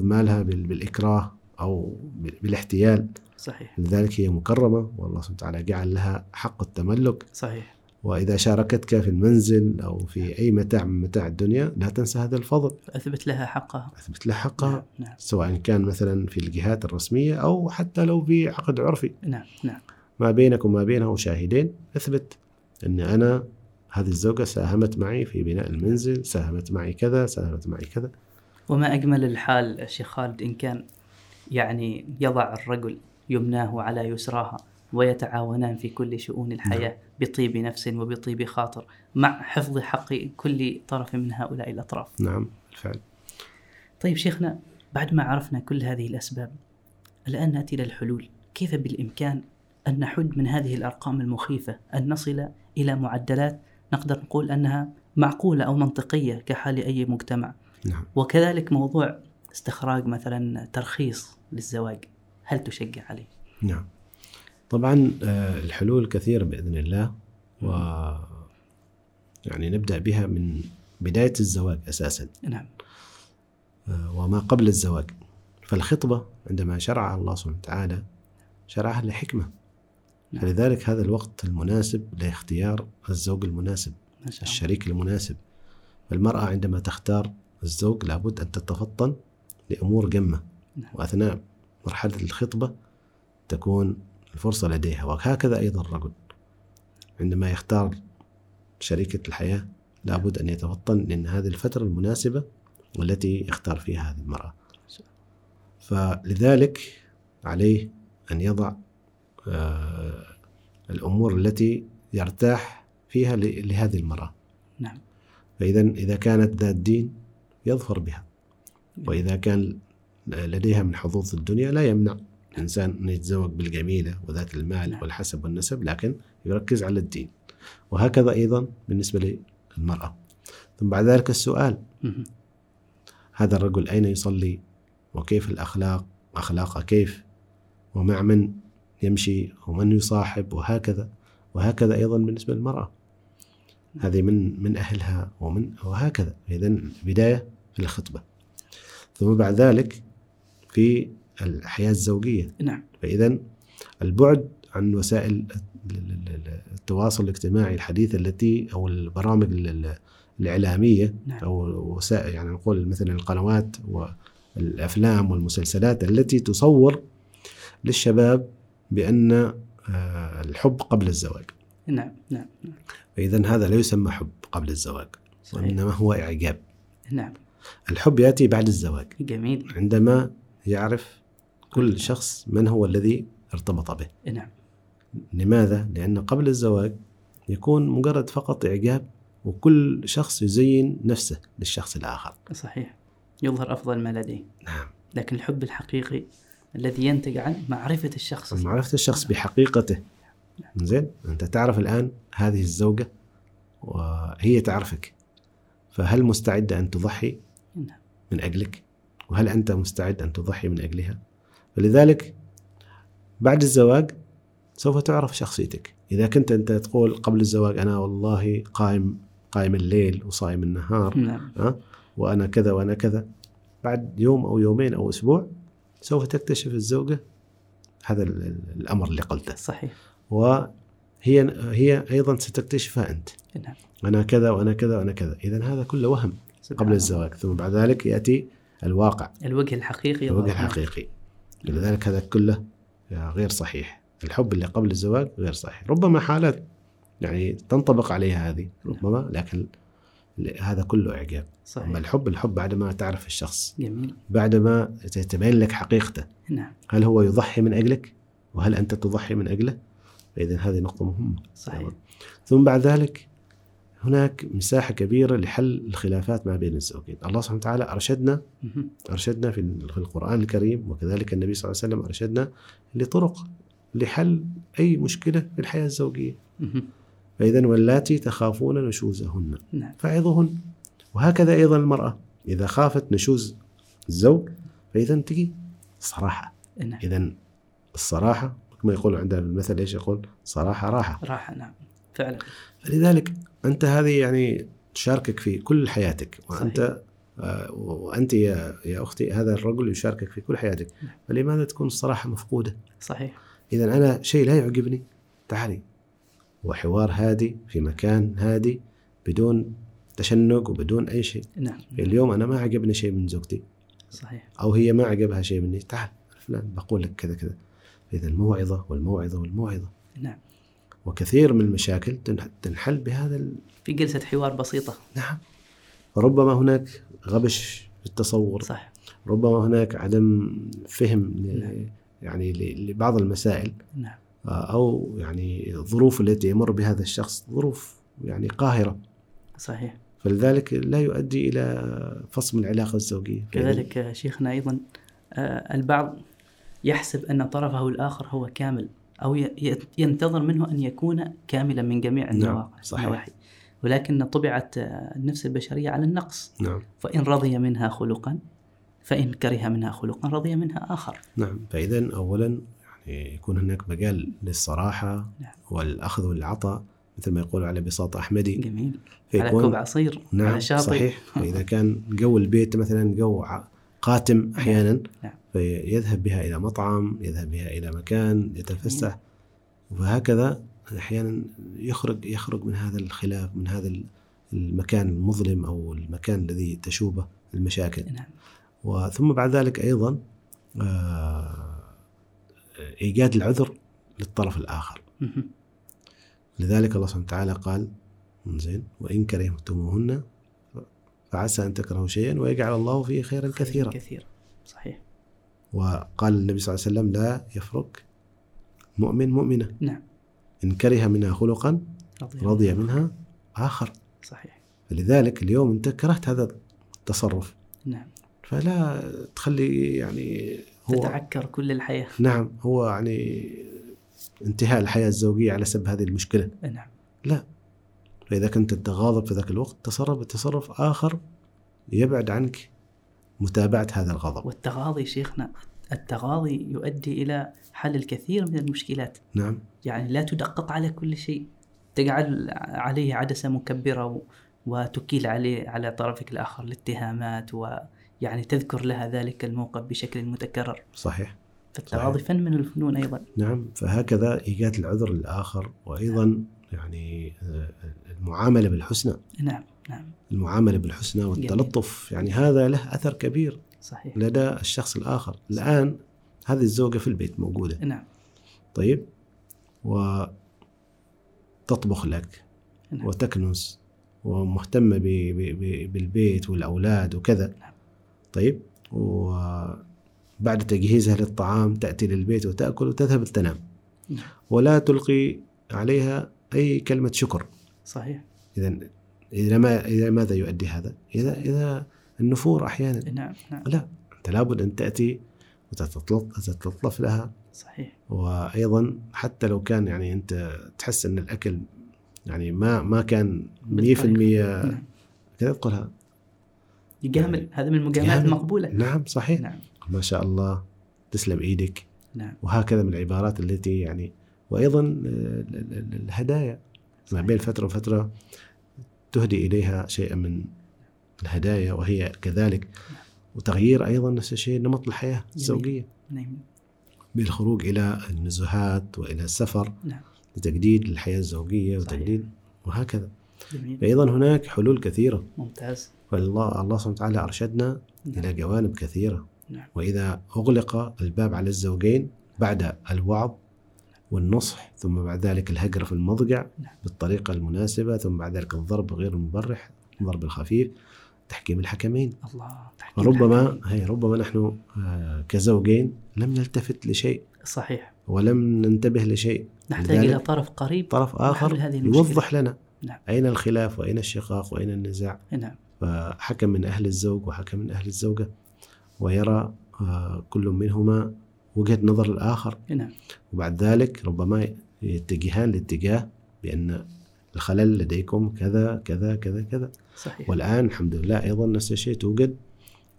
B: مالها بال- بالإكراه أو بال- بالاحتيال
A: صحيح
B: لذلك هي مكرمة والله سبحانه وتعالى جعل لها حق التملك
A: صحيح
B: وإذا شاركتك في المنزل أو في أي متاع من متاع الدنيا لا تنسى هذا الفضل
A: أثبت لها حقها
B: أثبت لها حقها
A: نعم نعم
B: سواء كان مثلا في الجهات الرسمية أو حتى لو في عقد عرفي
A: نعم نعم
B: ما بينك وما بينه شاهدين اثبت أن أنا هذه الزوجة ساهمت معي في بناء المنزل ساهمت معي كذا ساهمت معي كذا
A: وما أجمل الحال شيخ خالد إن كان يعني يضع الرجل يمناه على يسراها ويتعاونان في كل شؤون الحياة بطيب نفس وبطيب خاطر مع حفظ حق كل طرف من هؤلاء الأطراف
B: نعم بالفعل
A: طيب شيخنا بعد ما عرفنا كل هذه الأسباب الآن نأتي إلى الحلول كيف بالإمكان أن نحد من هذه الأرقام المخيفة أن نصل إلى معدلات نقدر نقول أنها معقولة أو منطقية كحال أي مجتمع
B: نعم
A: وكذلك موضوع استخراج مثلا ترخيص للزواج هل تشجع عليه؟
B: نعم طبعا آه، الحلول كثيرة بإذن الله و يعني نبدأ بها من بداية الزواج أساسا
A: نعم
B: آه، وما قبل الزواج فالخطبة عندما شرعها الله سبحانه وتعالى شرعها لحكمة
A: نعم.
B: فلذلك هذا الوقت المناسب لاختيار الزوج المناسب
A: ما شاء الله
B: الشريك المناسب المرأة عندما تختار الزوج لابد أن تتفطن لأمور جمة
A: نعم.
B: وأثناء مرحلة الخطبة تكون الفرصة لديها وهكذا أيضا الرجل عندما يختار شريكة الحياة لابد أن يتفطن لأن هذه الفترة المناسبة والتي يختار فيها هذه المرأة فلذلك عليه أن يضع آه، الأمور التي يرتاح فيها ل- لهذه المرأة
A: نعم.
B: فإذا إذا كانت ذات دين يظفر بها وإذا كان لديها من حظوظ الدنيا لا يمنع الإنسان أن يتزوج بالجميلة وذات المال
A: نعم.
B: والحسب والنسب لكن يركز على الدين وهكذا أيضا بالنسبة للمرأة ثم بعد ذلك السؤال
A: مهم.
B: هذا الرجل أين يصلي وكيف الأخلاق أخلاقه كيف ومع من يمشي ومن يصاحب وهكذا وهكذا أيضا بالنسبة للمرأة هذه من من أهلها ومن وهكذا إذا بداية في الخطبة ثم بعد ذلك في الحياة الزوجية
A: نعم
B: فإذا البعد عن وسائل ال- ال- ال- التواصل الاجتماعي الحديثة التي أو البرامج ال- ال- الإعلامية
A: نعم
B: او وسائل يعني نقول مثلا القنوات والافلام والمسلسلات التي تصور للشباب بان آه، الحب قبل الزواج
A: نعم نعم نعم
B: فاذا هذا لا يسمى حب قبل الزواج
A: صحيح
B: وانما هو اعجاب
A: نعم
B: الحب ياتي بعد الزواج
A: جميل
B: عندما يعرف كل شخص من هو الذي ارتبط به
A: نعم
B: لماذا؟ لأن قبل الزواج يكون مجرد فقط إعجاب وكل شخص يزين نفسه للشخص الآخر
A: صحيح يظهر أفضل ما لديه
B: نعم
A: لكن الحب الحقيقي الذي ينتج عن معرفة الشخص
B: معرفة الشخص بحقيقته زين أنت تعرف الآن هذه الزوجة وهي تعرفك فهل مستعدة أن تضحي
A: نعم.
B: من أجلك وهل أنت مستعد أن تضحي من أجلها فلذلك بعد الزواج سوف تعرف شخصيتك إذا كنت أنت تقول قبل الزواج أنا والله قائم قائم الليل وصائم النهار
A: نعم
B: ها وأنا كذا وأنا كذا بعد يوم أو يومين أو أسبوع سوف تكتشف الزوجة هذا ال- ال- الأمر اللي قلته
A: صحيح
B: وهي هي أيضا ستكتشفها أنت
A: نعم
B: أنا كذا وأنا كذا وأنا كذا إذا هذا كله وهم
A: سبحان
B: قبل
A: الله.
B: الزواج ثم بعد ذلك يأتي الواقع
A: الوجه الحقيقي
B: الوجه
A: يظهر.
B: الحقيقي لذلك هذا كله غير صحيح الحب اللي قبل الزواج غير صحيح ربما حالات يعني تنطبق عليها هذه ربما لكن هذا كله إعجاب أما
A: صحيح
B: الحب الحب بعد ما تعرف الشخص
A: جميل
B: بعد ما تتبين لك حقيقته
A: نعم
B: هل هو يضحي من أجلك وهل أنت تضحي من أجله فإذا هذه نقطة مهمة
A: صحيح
B: تمام. ثم بعد ذلك هناك مساحة كبيرة لحل الخلافات ما بين الزوجين الله سبحانه وتعالى أرشدنا
A: مهم.
B: أرشدنا في في القرآن الكريم وكذلك النبي صلى الله عليه وسلم أرشدنا لطرق لحل أي مشكلة في الحياة الزوجية
A: مهم.
B: فإذا واللاتي تخافون نشوزهن
A: نعم
B: فعظهن وهكذا أيضا المرأة إذا خافت نشوز الزوج فإذا تجي صراحة
A: نعم
B: إذا الصراحة كما يقول عندنا المثل إيش يقول صراحة راحة
A: راحة نعم فعلا
B: فلذلك أنت هذه يعني تشاركك في كل حياتك وأنت آه، وأنت يا يا أختي هذا الرجل يشاركك في كل حياتك فلماذا تكون الصراحة مفقودة
A: صحيح
B: إذا أنا شيء لا يعجبني تعالي وحوار هادي في مكان هادي بدون تشنج وبدون أي شيء
A: نعم
B: اليوم أنا ما عجبني شيء من زوجتي
A: صحيح
B: أو هي ما عجبها شيء مني تعال فلان بقول لك كذا كذا إذا الموعظة والموعظة والموعظة
A: نعم
B: وكثير من المشاكل تنح- تنحل بهذا ال-
A: في جلسة حوار بسيطة
B: نعم ربما هناك غبش في التصور
A: صح
B: ربما هناك عدم فهم ل-
A: نعم.
B: يعني ل- لبعض المسائل آه،
A: نعم
B: أو يعني الظروف التي يمر بهذا الشخص ظروف يعني قاهرة
A: صحيح
B: فلذلك لا يؤدي إلى فصل العلاقة الزوجية
A: كذلك آه، شيخنا أيضا آه، البعض يحسب أن طرفه الآخر هو كامل أو ي- ي- ينتظر منه أن يكون كاملا من جميع النواحي
B: نعم، صحيح.
A: النواحي. ولكن طبعت آه، النفس البشرية على النقص
B: نعم
A: فإن رضي منها خلقا فإن كره منها خلقا رضي منها آخر
B: نعم فإذا أولا يعني يكون هناك مجال للصراحة
A: نعم.
B: والأخذ والعطاء مثل ما يقول على بساط أحمدي
A: جميل على كوب عصير
B: إيه. نعم
A: على شاطئ
B: صحيح فإذا كان جو البيت مثلا جو ع- قاتم أحيانا
A: نعم.
B: فيذهب بها إلى مطعم يذهب بها إلى مكان يتفسح
A: نعم.
B: وهكذا أحيانا يخرج يخرج من هذا الخلاف من هذا ال- المكان المظلم أو المكان الذي تشوبه المشاكل
A: نعم
B: وثم بعد ذلك أيضا آه، إيجاد العذر للطرف الآخر
A: مهم.
B: لذلك الله سبحانه وتعالى قال زين وإن كرهتموهن فعسى أن تكرهوا شيئا ويجعل الله فيه خيرا كثيرا
A: كثيرا صحيح
B: وقال النبي صلى الله عليه وسلم لا يفرق مؤمن مؤمنة
A: نعم
B: إن كره منها خلقا
A: رضي,
B: رضي منها آخر
A: صحيح
B: فلذلك اليوم أنت كرهت هذا التصرف
A: نعم
B: فلا تخلي يعني هو
A: تتعكر كل الحياة
B: نعم هو يعني انتهاء الحياة الزوجية على سبب هذه المشكلة
A: نعم
B: فإذا كنت أنت غاضب في ذاك الوقت تصرف بتصرف آخر يبعد عنك متابعة هذا الغضب
A: والتغاضي شيخنا التغاضي يؤدي إلى حل الكثير من المشكلات
B: نعم
A: يعني لا تدقق على كل شيء تجعل عليه عدسة مكبرة و- وتكيل عليه على طرفك الآخر الاتهامات ويعني تذكر لها ذلك الموقف بشكل متكرر
B: صحيح
A: فالتغاضي فن من الفنون أيضا
B: نعم فهكذا إيجاد العذر للآخر وأيضا يعني آه، المعاملة بالحسنى
A: نعم نعم
B: المعاملة بالحسنى والتلطف يعني هذا له أثر كبير
A: صحيح
B: لدى الشخص الآخر الآن هذه الزوجة في البيت موجودة
A: نعم
B: طيب وتطبخ لك
A: نعم.
B: وتكنس ومهتمة ب- ب- ب- بالبيت والأولاد وكذا
A: نعم.
B: طيب وبعد تجهيزها للطعام تأتي للبيت وتأكل وتذهب تنام
A: نعم.
B: ولا تلقي عليها أي كلمة شكر
A: صحيح
B: إذا إلى ما إلى ماذا يؤدي هذا؟ إذا إذا النفور أحيانا
A: نعم نعم
B: أنت لابد أن تأتي وتتلطف تتلطف لها
A: صحيح
B: وايضا حتى لو كان يعني انت تحس ان الاكل يعني ما ما كان 100%
A: بالطريقة. نعم.
B: كذا تقولها
A: يجامل هذا من المجاملات
B: يجامل.
A: المقبولة
B: نعم صحيح
A: نعم
B: ما شاء الله تسلم ايدك
A: نعم
B: وهكذا من العبارات التي يعني وايضا ال- ال- ال- الهدايا ما بين فتره وفتره تهدي اليها شيئا من الهدايا وهي كذلك وتغيير ايضا نفس الشيء نمط الحياه الزوجيه
A: نعم
B: بالخروج الى النزهات والى السفر
A: نعم.
B: لتجديد الحياه الزوجيه
A: صحيح.
B: وتجديد وهكذا
A: جميل
B: ايضا هناك حلول كثيره
A: ممتاز
B: فالله الله سبحانه وتعالى ارشدنا الى
A: نعم.
B: جوانب كثيره
A: نعم.
B: واذا اغلق الباب على الزوجين بعد الوعظ والنصح ثم بعد ذلك الهجر في المضجع
A: نعم.
B: بالطريقه المناسبه ثم بعد ذلك الضرب غير المبرح الضرب الخفيف تحكيم الحكمين
A: الله تحكيم
B: ربما
A: الحكمين.
B: هي ربما نحن آه، كزوجين لم نلتفت لشيء
A: صحيح
B: ولم ننتبه لشيء
A: نحتاج
B: لذلك-
A: الى طرف قريب
B: طرف اخر
A: هذه المشكلة.
B: يوضح لنا
A: نعم.
B: اين الخلاف واين الشقاق واين النزاع
A: نعم
B: فحكم من أهل الزوج وحكم من أهل الزوجة ويرى آه، كل منهما وجهة نظر الآخر
A: نعم
B: وبعد ذلك ربما يتجهان لاتجاه بأن الخلل لديكم كذا كذا كذا كذا
A: صحيح
B: والآن الحمد لله أيضا نفس الشيء توجد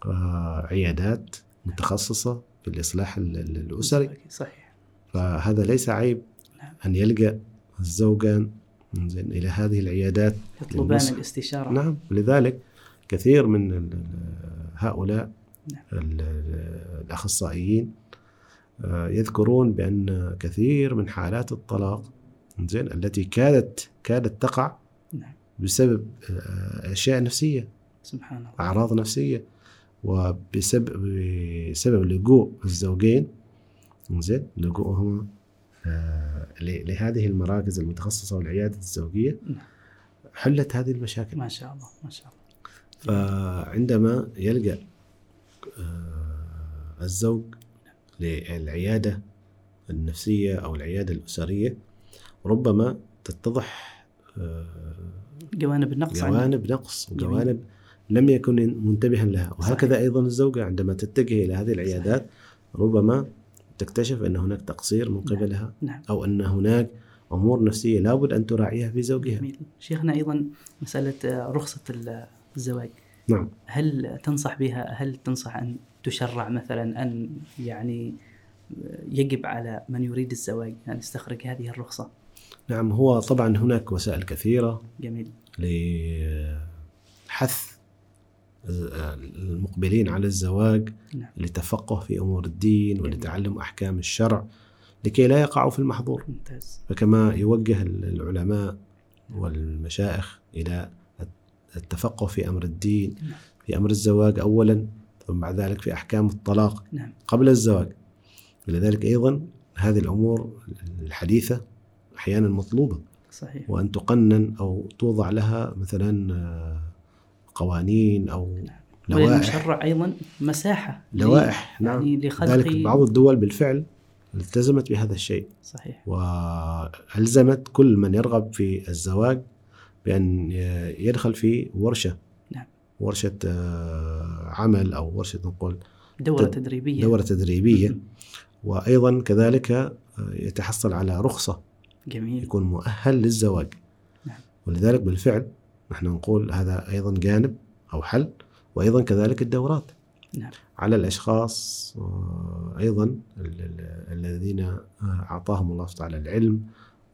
B: آه، عيادات متخصصة في الإصلاح ال- ال- الأسري
A: صحيح
B: فهذا ليس عيب
A: نعم.
B: أن يلجأ الزوجان زين إلى هذه العيادات
A: يطلبان
B: للنصح.
A: الاستشاره
B: نعم لذلك كثير من ال- ال- هؤلاء
A: نعم.
B: ال- ال- الاخصائيين آه، يذكرون بان كثير من حالات الطلاق زين التي كادت كادت تقع
A: نعم.
B: بسبب آه، اشياء نفسيه
A: سبحان الله
B: اعراض نفسيه وبسبب بسبب لجوء الزوجين زين لجوءهما آه، ل- لهذه المراكز المتخصصه والعياده الزوجيه
A: نعم.
B: حلت هذه المشاكل
A: ما شاء الله ما شاء الله
B: فعندما يلجا آه، الزوج للعياده النفسيه او العياده الاسريه ربما تتضح آه،
A: جوانب النقص عندنا.
B: جوانب نقص
A: جميل.
B: وجوانب لم يكن منتبها لها وهكذا
A: صحيح.
B: ايضا الزوجه عندما تتجه الى هذه العيادات ربما تكتشف ان هناك تقصير من قبلها
A: نعم.
B: او ان هناك امور نفسيه لابد ان تراعيها في زوجها
A: جميل شيخنا ايضا مساله آه، رخصه ال- الزواج
B: نعم
A: هل تنصح بها هل تنصح ان تشرع مثلا ان يعني آه، يجب على من يريد الزواج ان يستخرج هذه الرخصه
B: نعم هو طبعا هناك وسائل كثيره
A: جميل
B: لحث المقبلين على الزواج
A: نعم.
B: لتفقه في امور الدين
A: جميل.
B: ولتعلم احكام الشرع لكي لا يقعوا في المحظور
A: ممتاز
B: فكما يوجه العلماء والمشائخ الى التفقه في امر الدين
A: نعم.
B: في امر الزواج اولا ثم بعد ذلك في احكام الطلاق
A: نعم
B: قبل الزواج ولذلك ايضا هذه الامور الحديثه احيانا مطلوبه
A: صحيح
B: وان تقنن او توضع لها مثلا آه، قوانين او لوائح
A: وللمشرع ايضا مساحه لي-
B: لوائح نعم
A: يعني لخلق
B: ذلك بعض الدول بالفعل التزمت بهذا الشيء
A: صحيح
B: والزمت كل من يرغب في الزواج بان ي- يدخل في ورشه
A: نعم.
B: ورشه آه، عمل او ورشه نقول
A: دوره
B: تد-
A: تدريبيه
B: دوره تدريبيه
A: مم.
B: وايضا كذلك آه، يتحصل على رخصه
A: جميل
B: يكون مؤهل للزواج
A: نعم.
B: ولذلك بالفعل نحن نقول هذا أيضا جانب أو حل وأيضا كذلك الدورات
A: نعم.
B: على الأشخاص آه، أيضا ال- ال- الذين آه، أعطاهم الله سبحانه وتعالى العلم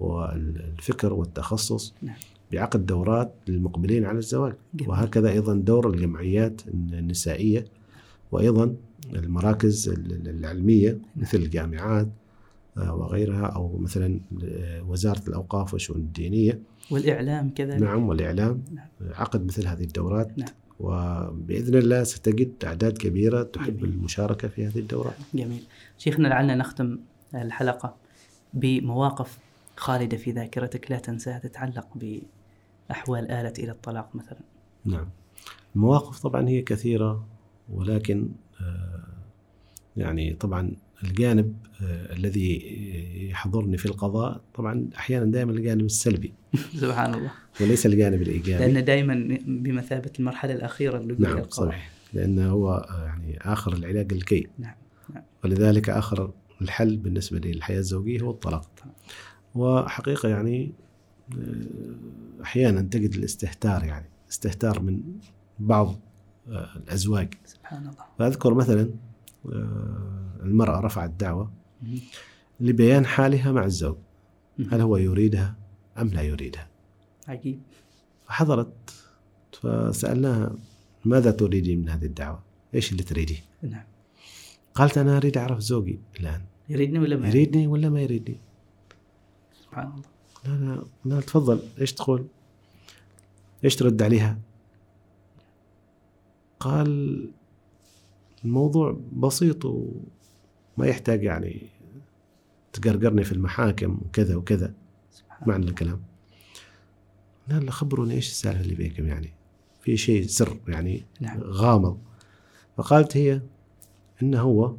B: والفكر والتخصص
A: نعم.
B: بعقد دورات للمقبلين على الزواج
A: جميل.
B: وهكذا أيضا دور الجمعيات النسائية وأيضا المراكز ال- ال- العلمية مثل الجامعات آه، وغيرها أو مثلا آه، وزارة الأوقاف والشؤون الدينية
A: والاعلام كذلك
B: نعم والإعلام
A: نعم.
B: عقد مثل هذه الدورات
A: نعم.
B: وبإذن الله ستجد أعداد كبيرة تحب
A: جميل.
B: المشاركة في هذه الدورات
A: جميل شيخنا لعلنا نختم الحلقة بمواقف خالدة في ذاكرتك لا تنساها تتعلق بأحوال آلت إلى الطلاق مثلا
B: نعم المواقف طبعا هي كثيرة ولكن آه، يعني طبعا الجانب آه، الذي يحضرني في القضاء طبعا أحيانا دائما الجانب السلبي
A: سبحان الله
B: وليس الجانب الإيجابي
A: لأن دائما بمثابة المرحلة الأخيرة اللي
B: نعم صحيح لأنه هو آه، يعني آخر العلاج الكي
A: نعم، نعم.
B: ولذلك آخر الحل بالنسبة للحياة الزوجية هو الطلاق
A: طبعا.
B: وحقيقة يعني آه، أحيانا تجد الاستهتار يعني استهتار من بعض آه، الأزواج
A: سبحان الله
B: فأذكر مثلا آه، المرأة رفعت دعوة لبيان حالها مع الزوج
A: مم.
B: هل هو يريدها أم لا يريدها
A: عجيب
B: فحضرت فسألناها ماذا تريدين من هذه الدعوة إيش اللي تريديه
A: نعم
B: قالت أنا أريد أعرف زوجي الآن
A: يريدني ولا ما يريد
B: يريدني ولا ما يريدني
A: سبحان الله
B: لا لا لا تفضل ايش تقول؟ ايش ترد عليها؟ قال الموضوع بسيط وما يحتاج يعني تقرقرني في المحاكم وكذا وكذا
A: سبحان
B: معنى الكلام لا لا خبروني ايش السالفه اللي بينكم يعني في شيء سر يعني
A: نعم
B: غامض فقالت هي ان هو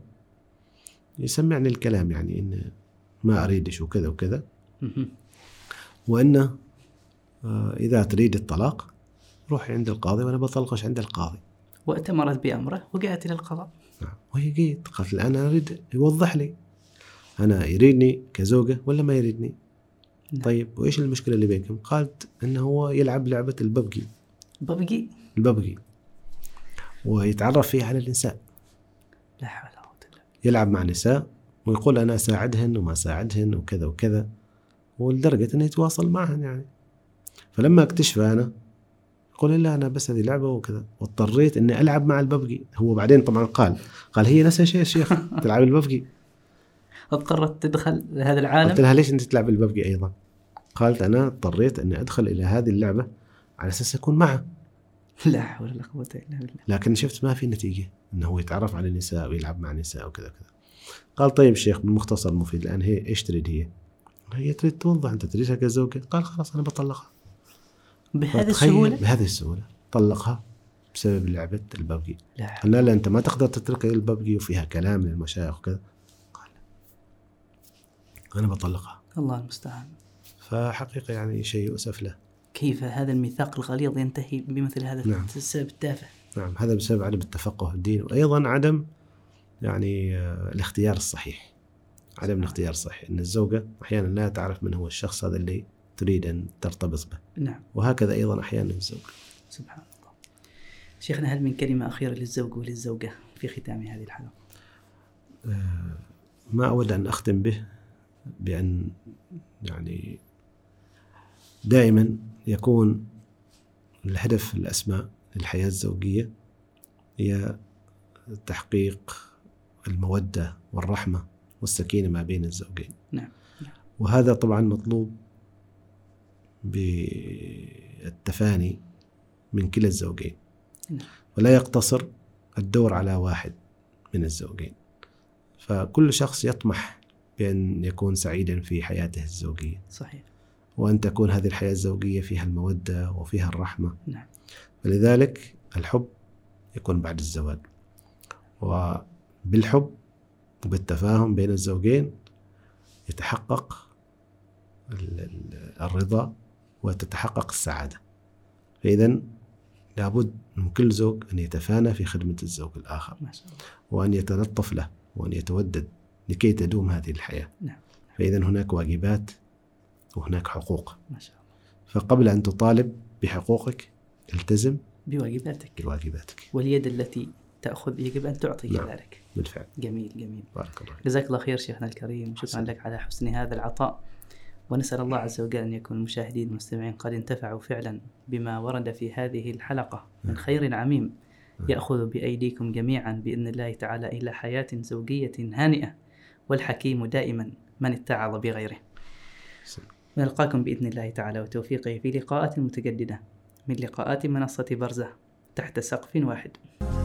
B: يسمعني الكلام يعني ان ما اريدش وكذا وكذا
A: مهم.
B: وانه آه، اذا تريد الطلاق روحي عند القاضي وانا بطلقش عند القاضي
A: واتمرت بامره وجاءت الى القضاء
B: نعم وهي جيت قالت الان انا اريد يوضح لي انا يريدني كزوجه ولا ما يريدني
A: نعم.
B: طيب وايش المشكله اللي بينكم قالت انه هو يلعب لعبه الببجي
A: ببقي
B: الببجي ويتعرف فيها على النساء
A: لا حول ولا قوه الا
B: يلعب مع نساء ويقول انا اساعدهن وما اساعدهن وكذا وكذا ولدرجه انه يتواصل معهن يعني فلما اكتشف انا يقول لا انا بس هذه لعبه وكذا واضطريت اني العب مع الببجي هو بعدين طبعا قال قال هي نفس الشيء يا شيخ تلعب الببجي
A: بالله اضطرت تدخل هذا
B: قلت
A: العالم
B: لها ليش انت تلعب الببجي ايضا قالت انا اضطريت اني ادخل الى هذه اللعبه على اساس اكون معه
A: لا حول ولا قوه الا بالله
B: لكن شفت ما في نتيجه انه هو يتعرف على النساء ويلعب مع النساء وكذا وكذا قال طيب شيخ بالمختصر المفيد الان هي ايش تريد هي؟ هي تريد توضح انت تريدها كزوجه قال خلاص انا بطلقها
A: بهذه
B: فتخيل
A: السهوله
B: بهذه السهوله طلقها بسبب لعبه الببجي
A: لا حول
B: قال لا لا انت ما تقدر تترك الببجي وفيها كلام للمشايخ وكذا قال لا. انا بطلقها
A: الله المستعان
B: فحقيقه يعني شيء يؤسف له
A: كيف هذا الميثاق الغليظ ينتهي بمثل هذا
B: نعم.
A: السبب التافه
B: نعم هذا بسبب عدم التفقه الديني وايضا عدم يعني آه، الاختيار الصحيح عدم الاختيار الصحيح ان الزوجه احيانا لا تعرف من هو الشخص هذا اللي تريد ان ترتبط به
A: نعم
B: وهكذا ايضا احيانا الزوج
A: سبحان الله شيخنا هل من كلمه اخيره للزوج وللزوجه في ختام هذه الحلقه
B: ما اود ان اختم به بان يعني دائما يكون الهدف الاسماء للحياه الزوجيه هي تحقيق الموده والرحمه والسكينه ما بين الزوجين
A: نعم
B: وهذا طبعا مطلوب بالتفاني من كلا الزوجين
A: نعم.
B: ولا يقتصر الدور على واحد من الزوجين فكل شخص يطمح بأن يكون سعيدا في حياته الزوجية
A: صحيح
B: وأن تكون هذه الحياة الزوجية فيها المودة وفيها الرحمة
A: نعم.
B: فلذلك الحب يكون بعد الزواج وبالحب وبالتفاهم بين الزوجين يتحقق ال- ال- الرضا وتتحقق السعادة فإذا لابد من كل زوج أن يتفانى في خدمة الزوج الآخر
A: ما شاء الله
B: وأن يتلطف له وأن يتودد لكي تدوم هذه الحياة
A: نعم.
B: فإذا هناك واجبات وهناك حقوق
A: ما شاء الله
B: فقبل أن تطالب بحقوقك التزم
A: بواجباتك
B: بواجباتك
A: واليد التي تاخذ يجب ان تعطي
B: نعم.
A: كذلك
B: بالفعل
A: جميل جميل
B: بارك الله فيك.
A: جزاك الله خير شيخنا الكريم شكرا
B: حسن.
A: لك على حسن هذا العطاء ونسأل الله عز وجل أن يكون المشاهدين والمستمعين قد انتفعوا فعلا بما ورد في هذه الحلقة من خير عميم
B: نعم.
A: يأخذ بأيديكم جميعا بإذن الله تعالى إلى حياة زوجية هانئة والحكيم دائما من اتعظ بغيره
B: سلام.
A: نلقاكم بإذن الله تعالى وتوفيقه في لقاءات متجددة من لقاءات منصة برزة تحت سقف واحد